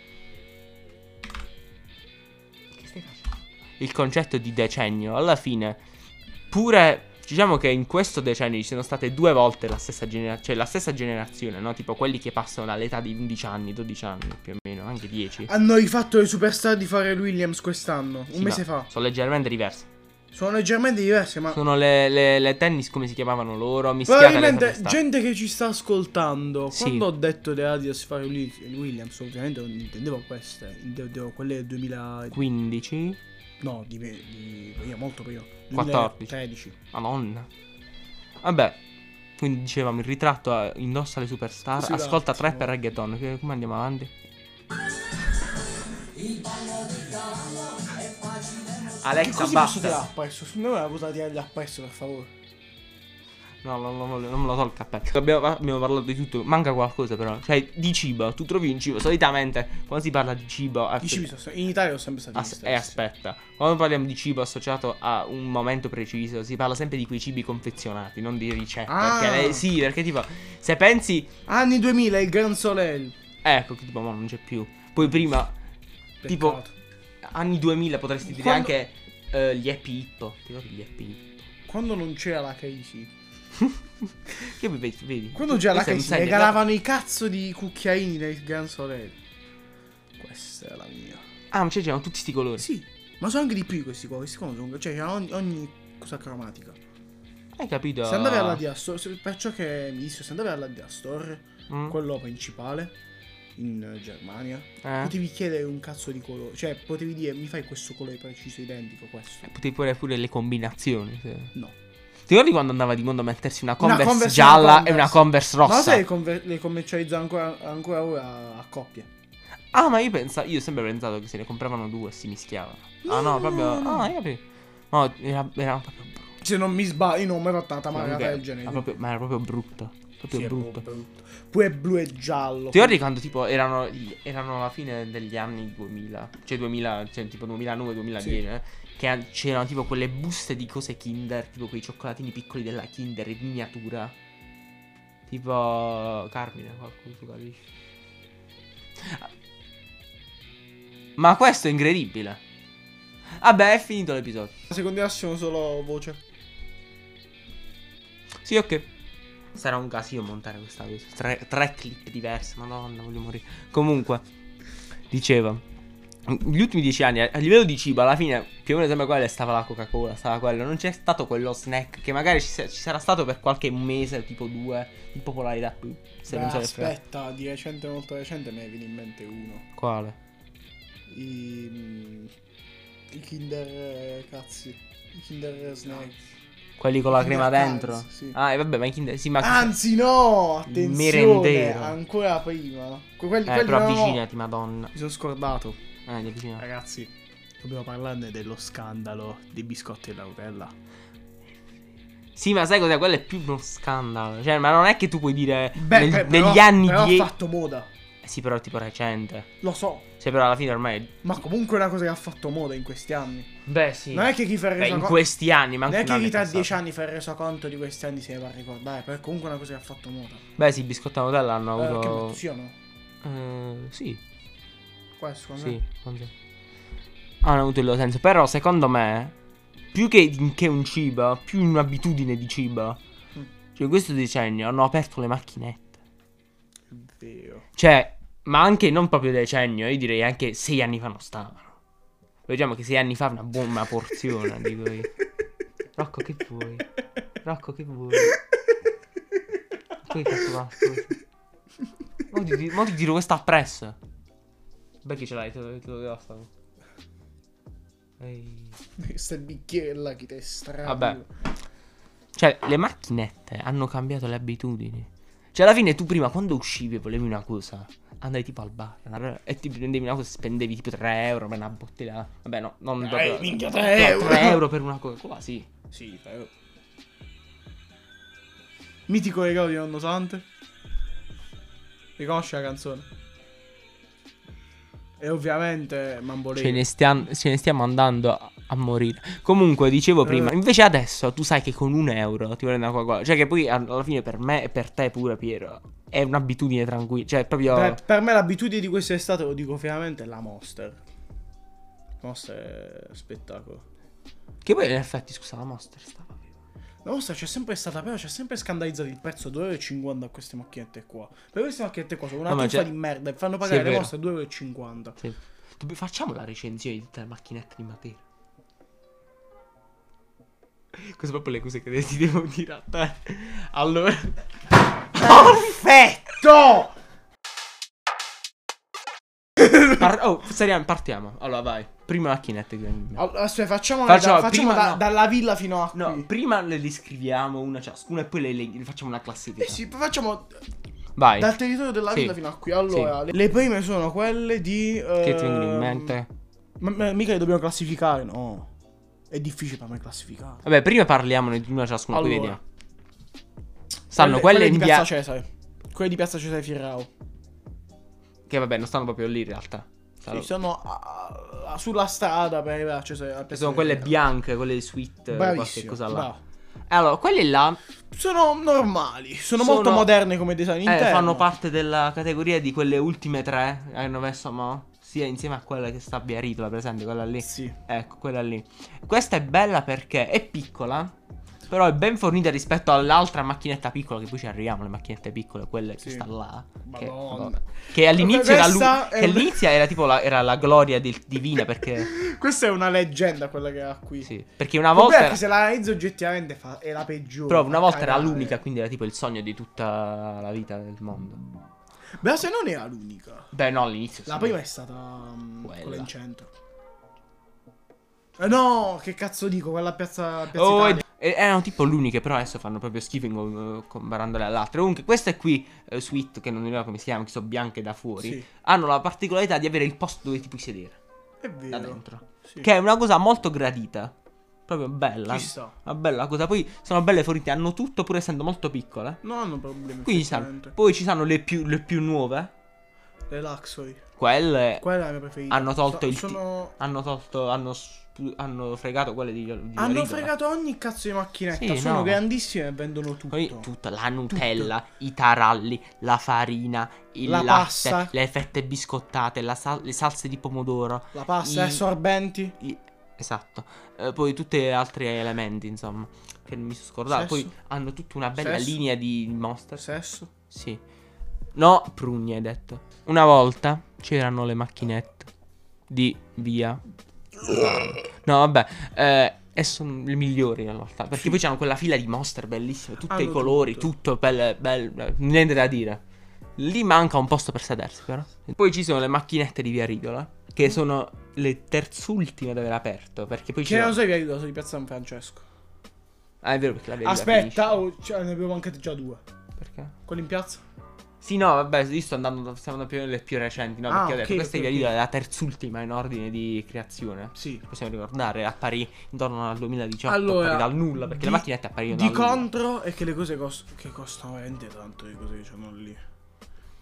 [SPEAKER 1] Il concetto di decennio. Alla fine, pure. Diciamo che in questo decennio ci sono state due volte la stessa generazione, cioè la stessa generazione, no? Tipo quelli che passano all'età di 11 anni, 12 anni più o meno, anche 10.
[SPEAKER 2] Hanno rifatto le superstar di Pharrell Williams quest'anno, un
[SPEAKER 1] Sì,
[SPEAKER 2] mese
[SPEAKER 1] ma
[SPEAKER 2] fa. Ah.
[SPEAKER 1] Sono leggermente diverse.
[SPEAKER 2] Sono leggermente diverse, ma
[SPEAKER 1] Sono le, le- le tennis, come si chiamavano loro? Mischiate alle
[SPEAKER 2] Probabilmente
[SPEAKER 1] superstar.
[SPEAKER 2] gente che ci sta ascoltando,
[SPEAKER 1] Sì.
[SPEAKER 2] quando ho detto della Adidas Pharrell Willi- Williams, ovviamente non intendevo queste, intendevo quelle del 2000
[SPEAKER 1] 15.
[SPEAKER 2] no, di, di prima, molto prima,
[SPEAKER 1] 14.
[SPEAKER 2] 2013.
[SPEAKER 1] Madonna. Vabbè. Quindi dicevamo il ritratto eh, indossa le superstar.
[SPEAKER 2] Sì,
[SPEAKER 1] ascolta
[SPEAKER 2] grazie.
[SPEAKER 1] trap e reggaeton. Che- Come andiamo avanti?
[SPEAKER 3] Alexa,
[SPEAKER 2] Così posso
[SPEAKER 3] basta.
[SPEAKER 2] tirare appresso? Secondo me è una cosa da tirare appresso, per favore.
[SPEAKER 1] No, non, non voglio- non me lo so il cappello. Abbiamo, abbiamo parlato di tutto. Manca qualcosa, però. Cioè, di cibo. Tu trovi un cibo. Solitamente, quando si parla di cibo.
[SPEAKER 2] I
[SPEAKER 1] aspetta-
[SPEAKER 2] cibi sono sta- in Italia sono sempre stati gli
[SPEAKER 1] As-
[SPEAKER 2] stessi.
[SPEAKER 1] e Ah, eh, aspetta, quando parliamo di cibo associato a un momento preciso, si parla sempre di quei cibi confezionati, non di ricette.
[SPEAKER 2] Ah.
[SPEAKER 1] Perché, eh, sì, perché tipo, se pensi,
[SPEAKER 2] Anni 2000, il Gran Soleil.
[SPEAKER 1] ecco, che tipo, ma non c'è più. Poi prima, tipo,
[SPEAKER 2] Peccato.
[SPEAKER 1] anni 2000 potresti dire
[SPEAKER 2] Quando-
[SPEAKER 1] anche eh, gli Happy Hippo. Ti ricordi gli Happy Hippo?
[SPEAKER 2] quando non c'era la crisi,
[SPEAKER 1] Che poi vedi, vedi?
[SPEAKER 2] quando c'era la
[SPEAKER 1] questo è un
[SPEAKER 2] crisi,
[SPEAKER 1] segno,
[SPEAKER 2] regalavano i cazzo di cucchiaini del Gran Soleil. Questa è la mia.
[SPEAKER 1] guarda- Ah, ma cioè, c'erano tutti sti colori.
[SPEAKER 2] Sì, ma sono anche di più questi qua. Questi qua sono, cioè, c'è ogni, ogni cosa cromatica.
[SPEAKER 1] Hai capito?
[SPEAKER 2] Se andavi alla Diastore, se, per ciò che mi disse, se andavi alla Diastore,
[SPEAKER 1] Mm?
[SPEAKER 2] quello principale in eh, Germania,
[SPEAKER 1] Eh?
[SPEAKER 2] potevi chiedere un cazzo di colore. Cioè, potevi dire, mi fai questo colore preciso, identico, questo.
[SPEAKER 1] Eh, Potevi pure pure le combinazioni. se-
[SPEAKER 2] No.
[SPEAKER 1] Ti ricordi quando andava di mondo a mettersi una Converse,
[SPEAKER 2] Converse e una
[SPEAKER 1] gialla e
[SPEAKER 2] Converse.
[SPEAKER 1] una Converse
[SPEAKER 2] Ma
[SPEAKER 1] rossa?
[SPEAKER 2] lo sai che conver- le commercializzano ancora, ancora ora a coppie?
[SPEAKER 1] Ah, ma io pensa, io ho sempre pensato che se ne compravano due e si mischiavano. ah, no,
[SPEAKER 2] No,
[SPEAKER 1] proprio.
[SPEAKER 2] no, no.
[SPEAKER 1] Ah, io capito. No, era, era proprio brutto.
[SPEAKER 2] Se non mi sbaglio, io non mi ero fatta una
[SPEAKER 1] Comunque,
[SPEAKER 2] marata Ah, del genere.
[SPEAKER 1] era proprio- ma era proprio brutto. Proprio
[SPEAKER 2] Sì, è
[SPEAKER 1] brutto.
[SPEAKER 2] proprio brutto. Pure blu e giallo.
[SPEAKER 1] Ti ricordi quando tipo erano, erano alla fine degli anni 2000, cioè 2000, cioè tipo 2009-2010,
[SPEAKER 2] Sì.
[SPEAKER 1] eh, che an- c'erano tipo quelle buste di cose Kinder, tipo quei cioccolatini piccoli della Kinder in miniatura. Tipo Carmine, qualcuno tu capisci? Ah. Ma questo è incredibile. Vabbè, è finito l'episodio.
[SPEAKER 2] Secondo me sono solo voce.
[SPEAKER 1] Sì, ok. Sarà un casino montare questa cosa. Tre, tre clip diverse, madonna, voglio morire. Comunque, dicevo. Gli ultimi dieci anni, a a livello di cibo, alla fine più o meno sempre quella stava la Coca-Cola, stava quello. Non c'è stato quello snack che magari ci, sa- ci sarà stato per qualche mese, tipo due, di popolarità. Se
[SPEAKER 2] Beh,
[SPEAKER 1] non c'è
[SPEAKER 2] aspetta, di recente, molto recente, me ne viene in mente uno.
[SPEAKER 1] Quale?
[SPEAKER 2] I, mm, i Kinder eh, cazzi. I Kinder Snack.
[SPEAKER 1] Quelli con la
[SPEAKER 2] Kinder
[SPEAKER 1] crema
[SPEAKER 2] Cans,
[SPEAKER 1] dentro?
[SPEAKER 2] sì. Ah,
[SPEAKER 1] Ah, e vabbè, ma i Kinder... Sì, ma... eh,
[SPEAKER 2] Anzi, no! Attenzione!
[SPEAKER 1] merendero.
[SPEAKER 2] Ancora prima. Que- Quelli,
[SPEAKER 1] eh,
[SPEAKER 2] quelli
[SPEAKER 1] però
[SPEAKER 2] no.
[SPEAKER 1] avvicinati, madonna.
[SPEAKER 2] Mi sono scordato.
[SPEAKER 1] Eh, ti avvicina.
[SPEAKER 2] Ragazzi, dobbiamo parlarne dello scandalo dei biscotti e della Nutella.
[SPEAKER 1] Sì, ma sai cos'è? Quello è più uno scandalo. Cioè, ma non è che tu puoi dire nel-
[SPEAKER 2] eh, però-
[SPEAKER 1] negli anni
[SPEAKER 2] però
[SPEAKER 1] die- Eh
[SPEAKER 2] ha fatto moda.
[SPEAKER 1] Sì, però tipo recente.
[SPEAKER 2] Lo so,
[SPEAKER 1] Cioè, però alla fine ormai.
[SPEAKER 2] ma comunque è una cosa che ha fatto moda in questi anni.
[SPEAKER 1] Beh, sì.
[SPEAKER 2] Non è che chi fa il
[SPEAKER 1] Beh, in
[SPEAKER 2] resoconto-
[SPEAKER 1] questi anni, ma
[SPEAKER 2] Non è
[SPEAKER 1] anche
[SPEAKER 2] che
[SPEAKER 1] un
[SPEAKER 2] chi tra
[SPEAKER 1] anno è
[SPEAKER 2] dieci
[SPEAKER 1] passato.
[SPEAKER 2] anni fa il resoconto di questi anni se ne va a ricordare, però è comunque una cosa che ha fatto moda.
[SPEAKER 1] Beh, sì, biscotti a Nutella hanno
[SPEAKER 2] Eh, che brutto,
[SPEAKER 1] avuto.
[SPEAKER 2] sì o no?
[SPEAKER 1] Eh, sì,
[SPEAKER 2] Questo, secondo
[SPEAKER 1] sì,
[SPEAKER 2] me.
[SPEAKER 1] quando- Hanno avuto il loro senso. Però, secondo me, più che, in- che un cibo, più in un'abitudine di cibo.
[SPEAKER 2] Mm.
[SPEAKER 1] Cioè, in questo decennio hanno aperto le macchinette.
[SPEAKER 2] È vero.
[SPEAKER 1] Cioè, ma anche non proprio decennio, io direi anche sei anni fa non stavano. Vediamo che sei anni fa una buona
[SPEAKER 2] [laughs]
[SPEAKER 1] porzione, dico io. Rocco, che vuoi? Rocco, che vuoi? Poi cazzo va, scusa. Mo ti, mo ti tiro questa appresso. Beh, che ce l'hai, te lo, te lo devo fare. Ehi.
[SPEAKER 2] Questo è il bicchiere là che te strano.
[SPEAKER 1] Vabbè. Cioè, le macchinette hanno cambiato le abitudini. Cioè, alla fine tu prima quando uscivi e volevi una cosa, andavi tipo al bar una- e ti prendevi una cosa e spendevi tipo 3 euro per una bottiglia. Vabbè, no, non proprio.
[SPEAKER 2] minchia,
[SPEAKER 1] no,
[SPEAKER 2] 3 euro.
[SPEAKER 1] tre euro per una cosa. Qua sì.
[SPEAKER 2] Sì, 3 euro. Mitico regalo di Nonno Sante. Riconosci la canzone? E ovviamente Mamboleo.
[SPEAKER 1] Ce ne, stiam- ce ne stiamo andando a-, a morire. Comunque, dicevo prima, invece adesso tu sai che con un euro ti prendi una Coca-Cola. Cioè, che poi all- alla fine per me e per te pure, Piero, è un'abitudine tranquilla. Cioè, proprio.
[SPEAKER 2] Per, per me l'abitudine di quest'estate, lo dico finalmente, è la Monster. Monster è spettacolo.
[SPEAKER 1] Che poi, in effetti, scusa, la Monster stava.
[SPEAKER 2] La Monster c'è sempre stata, però c'è sempre scandalizzato il prezzo 2,50 euro a queste macchinette qua. Per queste macchinette qua sono una
[SPEAKER 1] No, ma
[SPEAKER 2] truffa
[SPEAKER 1] c'è-
[SPEAKER 2] di merda e fanno
[SPEAKER 1] Sì,
[SPEAKER 2] pagare
[SPEAKER 1] è
[SPEAKER 2] le
[SPEAKER 1] vero.
[SPEAKER 2] Monster 2,50 euro.
[SPEAKER 1] Sì. Dobbi- Facciamo la recensione di tutte le macchinette di Matera. [laughs] Queste sono proprio le cose che ti devo dire a te. Allora. Perfetto!
[SPEAKER 2] No!
[SPEAKER 1] Par- oh, seriam- partiamo. Allora, vai. Prima macchinette. che vengono in mente.
[SPEAKER 2] Allora, aspetta, facciamo,
[SPEAKER 1] Facciamo
[SPEAKER 2] da- facciamo
[SPEAKER 1] prima-
[SPEAKER 2] da-
[SPEAKER 1] no.
[SPEAKER 2] dalla villa fino a
[SPEAKER 1] No,
[SPEAKER 2] qui.
[SPEAKER 1] prima le descriviamo una ciascuna e poi le, le- facciamo una classifica.
[SPEAKER 2] Eh sì, poi facciamo
[SPEAKER 1] Vai.
[SPEAKER 2] dal territorio della
[SPEAKER 1] Sì.
[SPEAKER 2] villa fino a qui. Allora, le, le prime sono quelle di...
[SPEAKER 1] Che ti vengono in
[SPEAKER 2] ehm,
[SPEAKER 1] mente?
[SPEAKER 2] Ma, ma mica le dobbiamo classificare, no. È difficile per me classificare.
[SPEAKER 1] Vabbè, prima parliamone di una ciascuna, poi
[SPEAKER 2] Allora.
[SPEAKER 1] vediamo. Stanno quelle,
[SPEAKER 2] di
[SPEAKER 1] in
[SPEAKER 2] Piazza
[SPEAKER 1] via...
[SPEAKER 2] Cesare. Quelle di Piazza Cesare Firrao.
[SPEAKER 1] Che vabbè, non stanno proprio lì in realtà. Stanno-
[SPEAKER 2] Sì, sono a- a- sulla strada per arrivare a Cesare. a Piazza
[SPEAKER 1] sono quelle
[SPEAKER 2] Firrao.
[SPEAKER 1] bianche, quelle di suite, qualche
[SPEAKER 2] Bravissimo.
[SPEAKER 1] cosa là. Eh,
[SPEAKER 2] bravo.
[SPEAKER 1] Allora, quelle là
[SPEAKER 2] Sono normali, sono,
[SPEAKER 1] Sono-
[SPEAKER 2] molto moderne come design
[SPEAKER 1] eh,
[SPEAKER 2] interno.
[SPEAKER 1] fanno parte della categoria di quelle ultime tre che hanno messo mo. Sia insieme a quella che sta a Via Ritola, per esempio, quella lì.
[SPEAKER 2] Sì.
[SPEAKER 1] Ecco, quella lì. Questa è bella perché è piccola, però è ben fornita rispetto all'altra macchinetta piccola, che poi ci arriviamo, le macchinette piccole, quelle che
[SPEAKER 2] Sì.
[SPEAKER 1] sta là. Che,
[SPEAKER 2] Madonna.
[SPEAKER 1] madonna. Che all'inizio, era, lu-
[SPEAKER 2] Questa è
[SPEAKER 1] che
[SPEAKER 2] un-
[SPEAKER 1] all'inizio era tipo la, era la gloria del- divina,
[SPEAKER 2] [laughs]
[SPEAKER 1] perché...
[SPEAKER 2] Questa è una leggenda quella che ha qui.
[SPEAKER 1] sì, perché una
[SPEAKER 2] Il problema
[SPEAKER 1] volta...
[SPEAKER 2] è che se la analizzo oggettivamente fa- è la peggiore. Cioè,
[SPEAKER 1] Però una
[SPEAKER 2] fa
[SPEAKER 1] volta era
[SPEAKER 2] cagare.
[SPEAKER 1] l'unica, quindi era tipo il sogno di tutta la vita del mondo.
[SPEAKER 2] Beh, se non era l'unica.
[SPEAKER 1] Beh, no, all'inizio.
[SPEAKER 2] La
[SPEAKER 1] sì.
[SPEAKER 2] prima è stata mm,
[SPEAKER 1] Quella.
[SPEAKER 2] quella in centro. Eh, no, che cazzo dico, quella a piazza, piazza
[SPEAKER 1] Oh,
[SPEAKER 2] Italia.
[SPEAKER 1] ed- e- erano tipo l'uniche, però adesso fanno proprio schifo in com- comparandole all'altra. Comunque, questa è qui, eh, Sweet, che non mi ricordo come si chiama, che sono bianche da fuori.
[SPEAKER 2] Sì,
[SPEAKER 1] Hanno la particolarità di avere il posto dove ti puoi sedere
[SPEAKER 2] è
[SPEAKER 1] da
[SPEAKER 2] vero.
[SPEAKER 1] dentro.
[SPEAKER 2] Sì.
[SPEAKER 1] Che è una cosa molto gradita. Proprio bella.
[SPEAKER 2] Ci sta.
[SPEAKER 1] Una bella cosa. Poi sono belle fornite, hanno tutto pur essendo molto piccole.
[SPEAKER 2] Non hanno problemi.
[SPEAKER 1] Quindi ci stanno.
[SPEAKER 2] effettivamente.
[SPEAKER 1] Poi ci sono le più, le più nuove.
[SPEAKER 2] Le Luxury.
[SPEAKER 1] Quelle
[SPEAKER 2] Quella è la mia preferita.
[SPEAKER 1] hanno tolto il ti-
[SPEAKER 2] Sono...
[SPEAKER 1] hanno tolto. Hanno, sp- hanno fregato quelle di. di
[SPEAKER 2] Hanno
[SPEAKER 1] Rigola.
[SPEAKER 2] fregato ogni cazzo di macchinetta.
[SPEAKER 1] Sì,
[SPEAKER 2] sono
[SPEAKER 1] no.
[SPEAKER 2] grandissime e vendono tutto.
[SPEAKER 1] Poi tutta la Nutella, i taralli, la farina, il
[SPEAKER 2] La
[SPEAKER 1] latte,
[SPEAKER 2] pasta.
[SPEAKER 1] le fette biscottate, la sal- le salse di pomodoro.
[SPEAKER 2] La pasta,
[SPEAKER 1] I-
[SPEAKER 2] eh, sorbenti.
[SPEAKER 1] i- esatto. Eh, poi tutti gli altri elementi, insomma, che non mi sono scordato. Poi
[SPEAKER 2] Sesso.
[SPEAKER 1] hanno tutta una bella
[SPEAKER 2] Sesso.
[SPEAKER 1] linea di monster.
[SPEAKER 2] Sesso.
[SPEAKER 1] Sì. No, prugne hai detto. Una volta c'erano le macchinette di via. No, vabbè. eh, e sono le migliori in realtà. Perché poi c'hanno quella fila di monster bellissime. Tutti i
[SPEAKER 2] Hanno
[SPEAKER 1] colori,
[SPEAKER 2] tutto.
[SPEAKER 1] tutto, bel, bel- niente da dire. Lì manca un posto per sedersi, però. Poi ci sono le macchinette di via Ridola. Che sono le terzultime ad aver aperto. Perché poi
[SPEAKER 2] Che
[SPEAKER 1] c'è.
[SPEAKER 2] non so, vi aiuto, sono di piazza San Francesco.
[SPEAKER 1] Ah, è vero perché la via Ridola
[SPEAKER 2] Aspetta,
[SPEAKER 1] finisce.
[SPEAKER 2] oh, cioè, ne abbiamo anche già due.
[SPEAKER 1] Perché?
[SPEAKER 2] Quello in piazza?
[SPEAKER 1] Sì, no, vabbè, io sto andando, stiamo andando più nelle più recenti, no?
[SPEAKER 2] Ah,
[SPEAKER 1] perché ho detto,
[SPEAKER 2] ok,
[SPEAKER 1] questa
[SPEAKER 2] ok,
[SPEAKER 1] è
[SPEAKER 2] ok.
[SPEAKER 1] via Lido, è la terz'ultima in ordine di creazione.
[SPEAKER 2] Sì.
[SPEAKER 1] Possiamo ricordare, apparì intorno al 2018,
[SPEAKER 2] Allora,
[SPEAKER 1] apparì dal nulla, perché le
[SPEAKER 2] di-
[SPEAKER 1] macchinette apparivano
[SPEAKER 2] Di
[SPEAKER 1] dal nulla.
[SPEAKER 2] contro è che le cose cos- che costano veramente tanto le cose che c'hanno lì.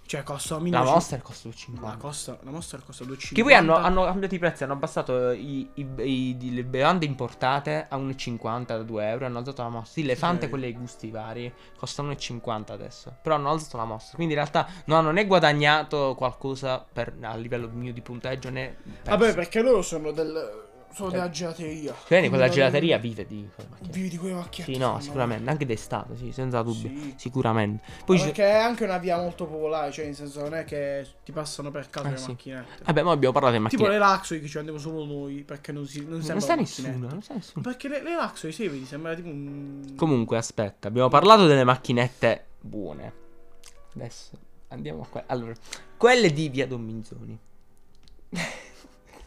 [SPEAKER 2] Cioè, costano
[SPEAKER 1] La
[SPEAKER 2] 1500
[SPEAKER 1] Monster costa
[SPEAKER 2] La,
[SPEAKER 1] 50.
[SPEAKER 2] costa, la Monster costa 2,50
[SPEAKER 1] Che poi hanno, hanno cambiato i prezzi, hanno abbassato i, i- i- di- le bevande importate a 1,50 da 2 euro, hanno alzato la mossa. Sì, le fante
[SPEAKER 2] Ok.
[SPEAKER 1] con quelle ai gusti vari costano 1,50 adesso, però hanno alzato la mossa. Quindi in realtà non hanno né guadagnato qualcosa per- a livello mio di punteggio né...
[SPEAKER 2] Vabbè,
[SPEAKER 1] perso.
[SPEAKER 2] perché loro sono del. Sono
[SPEAKER 1] Eh.
[SPEAKER 2] della gelateria.
[SPEAKER 1] Quindi
[SPEAKER 2] Quindi
[SPEAKER 1] quella
[SPEAKER 2] non-
[SPEAKER 1] gelateria vive di quelle macchinette.
[SPEAKER 2] Vivi di quelle macchinette.
[SPEAKER 1] Sì, no,
[SPEAKER 2] fanno-
[SPEAKER 1] sicuramente, anche d'estate, sì, senza dubbio.
[SPEAKER 2] Sì.
[SPEAKER 1] Sicuramente. Poi
[SPEAKER 2] Ma
[SPEAKER 1] ci-
[SPEAKER 2] Perché è anche una via molto popolare, cioè, in senso, non è che ti passano per caso
[SPEAKER 1] Eh,
[SPEAKER 2] le
[SPEAKER 1] sì.
[SPEAKER 2] macchinette.
[SPEAKER 1] Vabbè, ma abbiamo parlato di
[SPEAKER 2] Tipo
[SPEAKER 1] macchine.
[SPEAKER 2] le Luxury che ci andiamo solo noi perché non si. Non,
[SPEAKER 1] non
[SPEAKER 2] sembrano
[SPEAKER 1] sta
[SPEAKER 2] macchinette.
[SPEAKER 1] nessuno, non sta nessuno.
[SPEAKER 2] Perché le, le Luxury, sì, vedi, sembra tipo un.
[SPEAKER 1] Comunque, aspetta, abbiamo parlato delle macchinette buone. Adesso andiamo a quelle. Allora, quelle di Via Don Minzoni.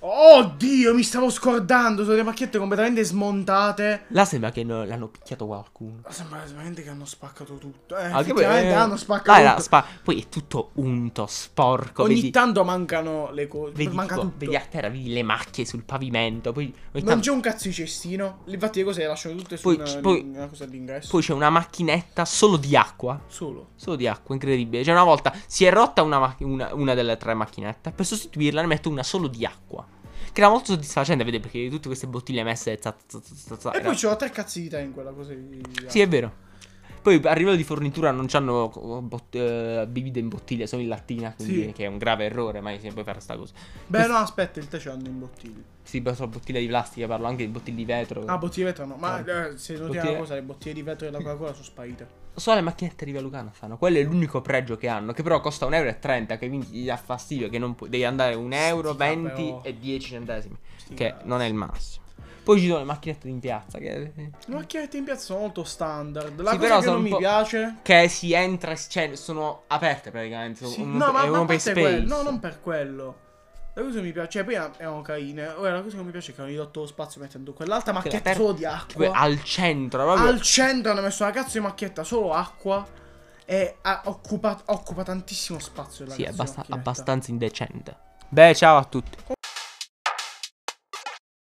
[SPEAKER 2] Oddio, mi stavo scordando. Sono le macchiette completamente smontate.
[SPEAKER 1] Là sembra che no- l'hanno picchiato qualcuno.
[SPEAKER 2] Sembra veramente che hanno spaccato tutto.
[SPEAKER 1] Ah,
[SPEAKER 2] Eh,
[SPEAKER 1] che poi-
[SPEAKER 2] effettivamente
[SPEAKER 1] eh,
[SPEAKER 2] hanno spaccato
[SPEAKER 1] dai, là,
[SPEAKER 2] tutto.
[SPEAKER 1] spa- poi è tutto unto, sporco.
[SPEAKER 2] Ogni
[SPEAKER 1] vedi,
[SPEAKER 2] tanto mancano le cose.
[SPEAKER 1] vedi,
[SPEAKER 2] manca
[SPEAKER 1] tipo,
[SPEAKER 2] tutto.
[SPEAKER 1] vedi ah, a terra, vedi le macchie sul pavimento. Poi, ogni
[SPEAKER 2] Non
[SPEAKER 1] tanto-
[SPEAKER 2] c'è un cazzo di cestino. Infatti le cose le lasciano tutte su
[SPEAKER 1] Poi
[SPEAKER 2] una,
[SPEAKER 1] c- poi-
[SPEAKER 2] una cosa all'ingresso.
[SPEAKER 1] poi c'è una macchinetta solo di acqua.
[SPEAKER 2] Solo.
[SPEAKER 1] Solo di acqua, incredibile. Cioè, una volta si è rotta una, mac- una- una delle tre macchinette. Per sostituirla ne metto una solo di acqua. Che era molto soddisfacente, vedete, perché tutte queste bottiglie messe. za- za- za- za- za-
[SPEAKER 2] E
[SPEAKER 1] era-
[SPEAKER 2] poi c'ho tre cazzi di te in quella cosa di...
[SPEAKER 1] Sì, eh, è vero. Poi a livello di fornitura non c'hanno oh, bot- eh, bevite in bottiglia, sono in lattina, quindi
[SPEAKER 2] Sì.
[SPEAKER 1] che è un grave errore, ma si puoi fare sta cosa.
[SPEAKER 2] Beh, no, aspetta, il te ce l'hanno in bottiglie.
[SPEAKER 1] Sì, ma sono bottiglie di plastica, parlo anche di bottiglie di vetro.
[SPEAKER 2] Ah, bottiglie di vetro no. Ma eh, se noti una
[SPEAKER 1] Bottiglie-
[SPEAKER 2] cosa, le bottiglie di vetro della Coca-Cola sono sparite.
[SPEAKER 1] Solo le macchinette di via Lucana fanno. Quello è l'unico pregio che hanno. Che però costa 1,30 euro. Che quindi gli dà fastidio. Che non puoi. Devi andare 1 euro,
[SPEAKER 2] Sì, oh.
[SPEAKER 1] 20
[SPEAKER 2] però.
[SPEAKER 1] e 10 centesimi.
[SPEAKER 2] Sti
[SPEAKER 1] che
[SPEAKER 2] cazzi.
[SPEAKER 1] non è il massimo. Poi ci sono le macchinette in piazza. Che,
[SPEAKER 2] Le macchinette in piazza sono molto standard. La
[SPEAKER 1] Sì, però
[SPEAKER 2] cosa che
[SPEAKER 1] sono
[SPEAKER 2] non
[SPEAKER 1] un
[SPEAKER 2] mi
[SPEAKER 1] po'-
[SPEAKER 2] piace...
[SPEAKER 1] che si entra. e si- Cioè, sono aperte praticamente.
[SPEAKER 2] Sì,
[SPEAKER 1] un-
[SPEAKER 2] no, ma,
[SPEAKER 1] è un
[SPEAKER 2] ma a
[SPEAKER 1] open
[SPEAKER 2] parte
[SPEAKER 1] space.
[SPEAKER 2] quello, no, non per quello. La cosa che mi piace, cioè prima erano carine, ora la cosa che non mi piace è che hanno ridotto lo spazio mettendo quell'altra
[SPEAKER 1] Quella
[SPEAKER 2] macchietta
[SPEAKER 1] per-
[SPEAKER 2] solo di
[SPEAKER 1] Tipo,
[SPEAKER 2] acqua.
[SPEAKER 1] al centro. Proprio.
[SPEAKER 2] Al centro hanno messo una cazzo di macchietta solo acqua e ha- occupa, occupa tantissimo spazio. la
[SPEAKER 1] sì, è
[SPEAKER 2] cazzo di
[SPEAKER 1] abbast-
[SPEAKER 2] macchinetta.
[SPEAKER 1] abbastanza indecente. Beh, ciao a tutti.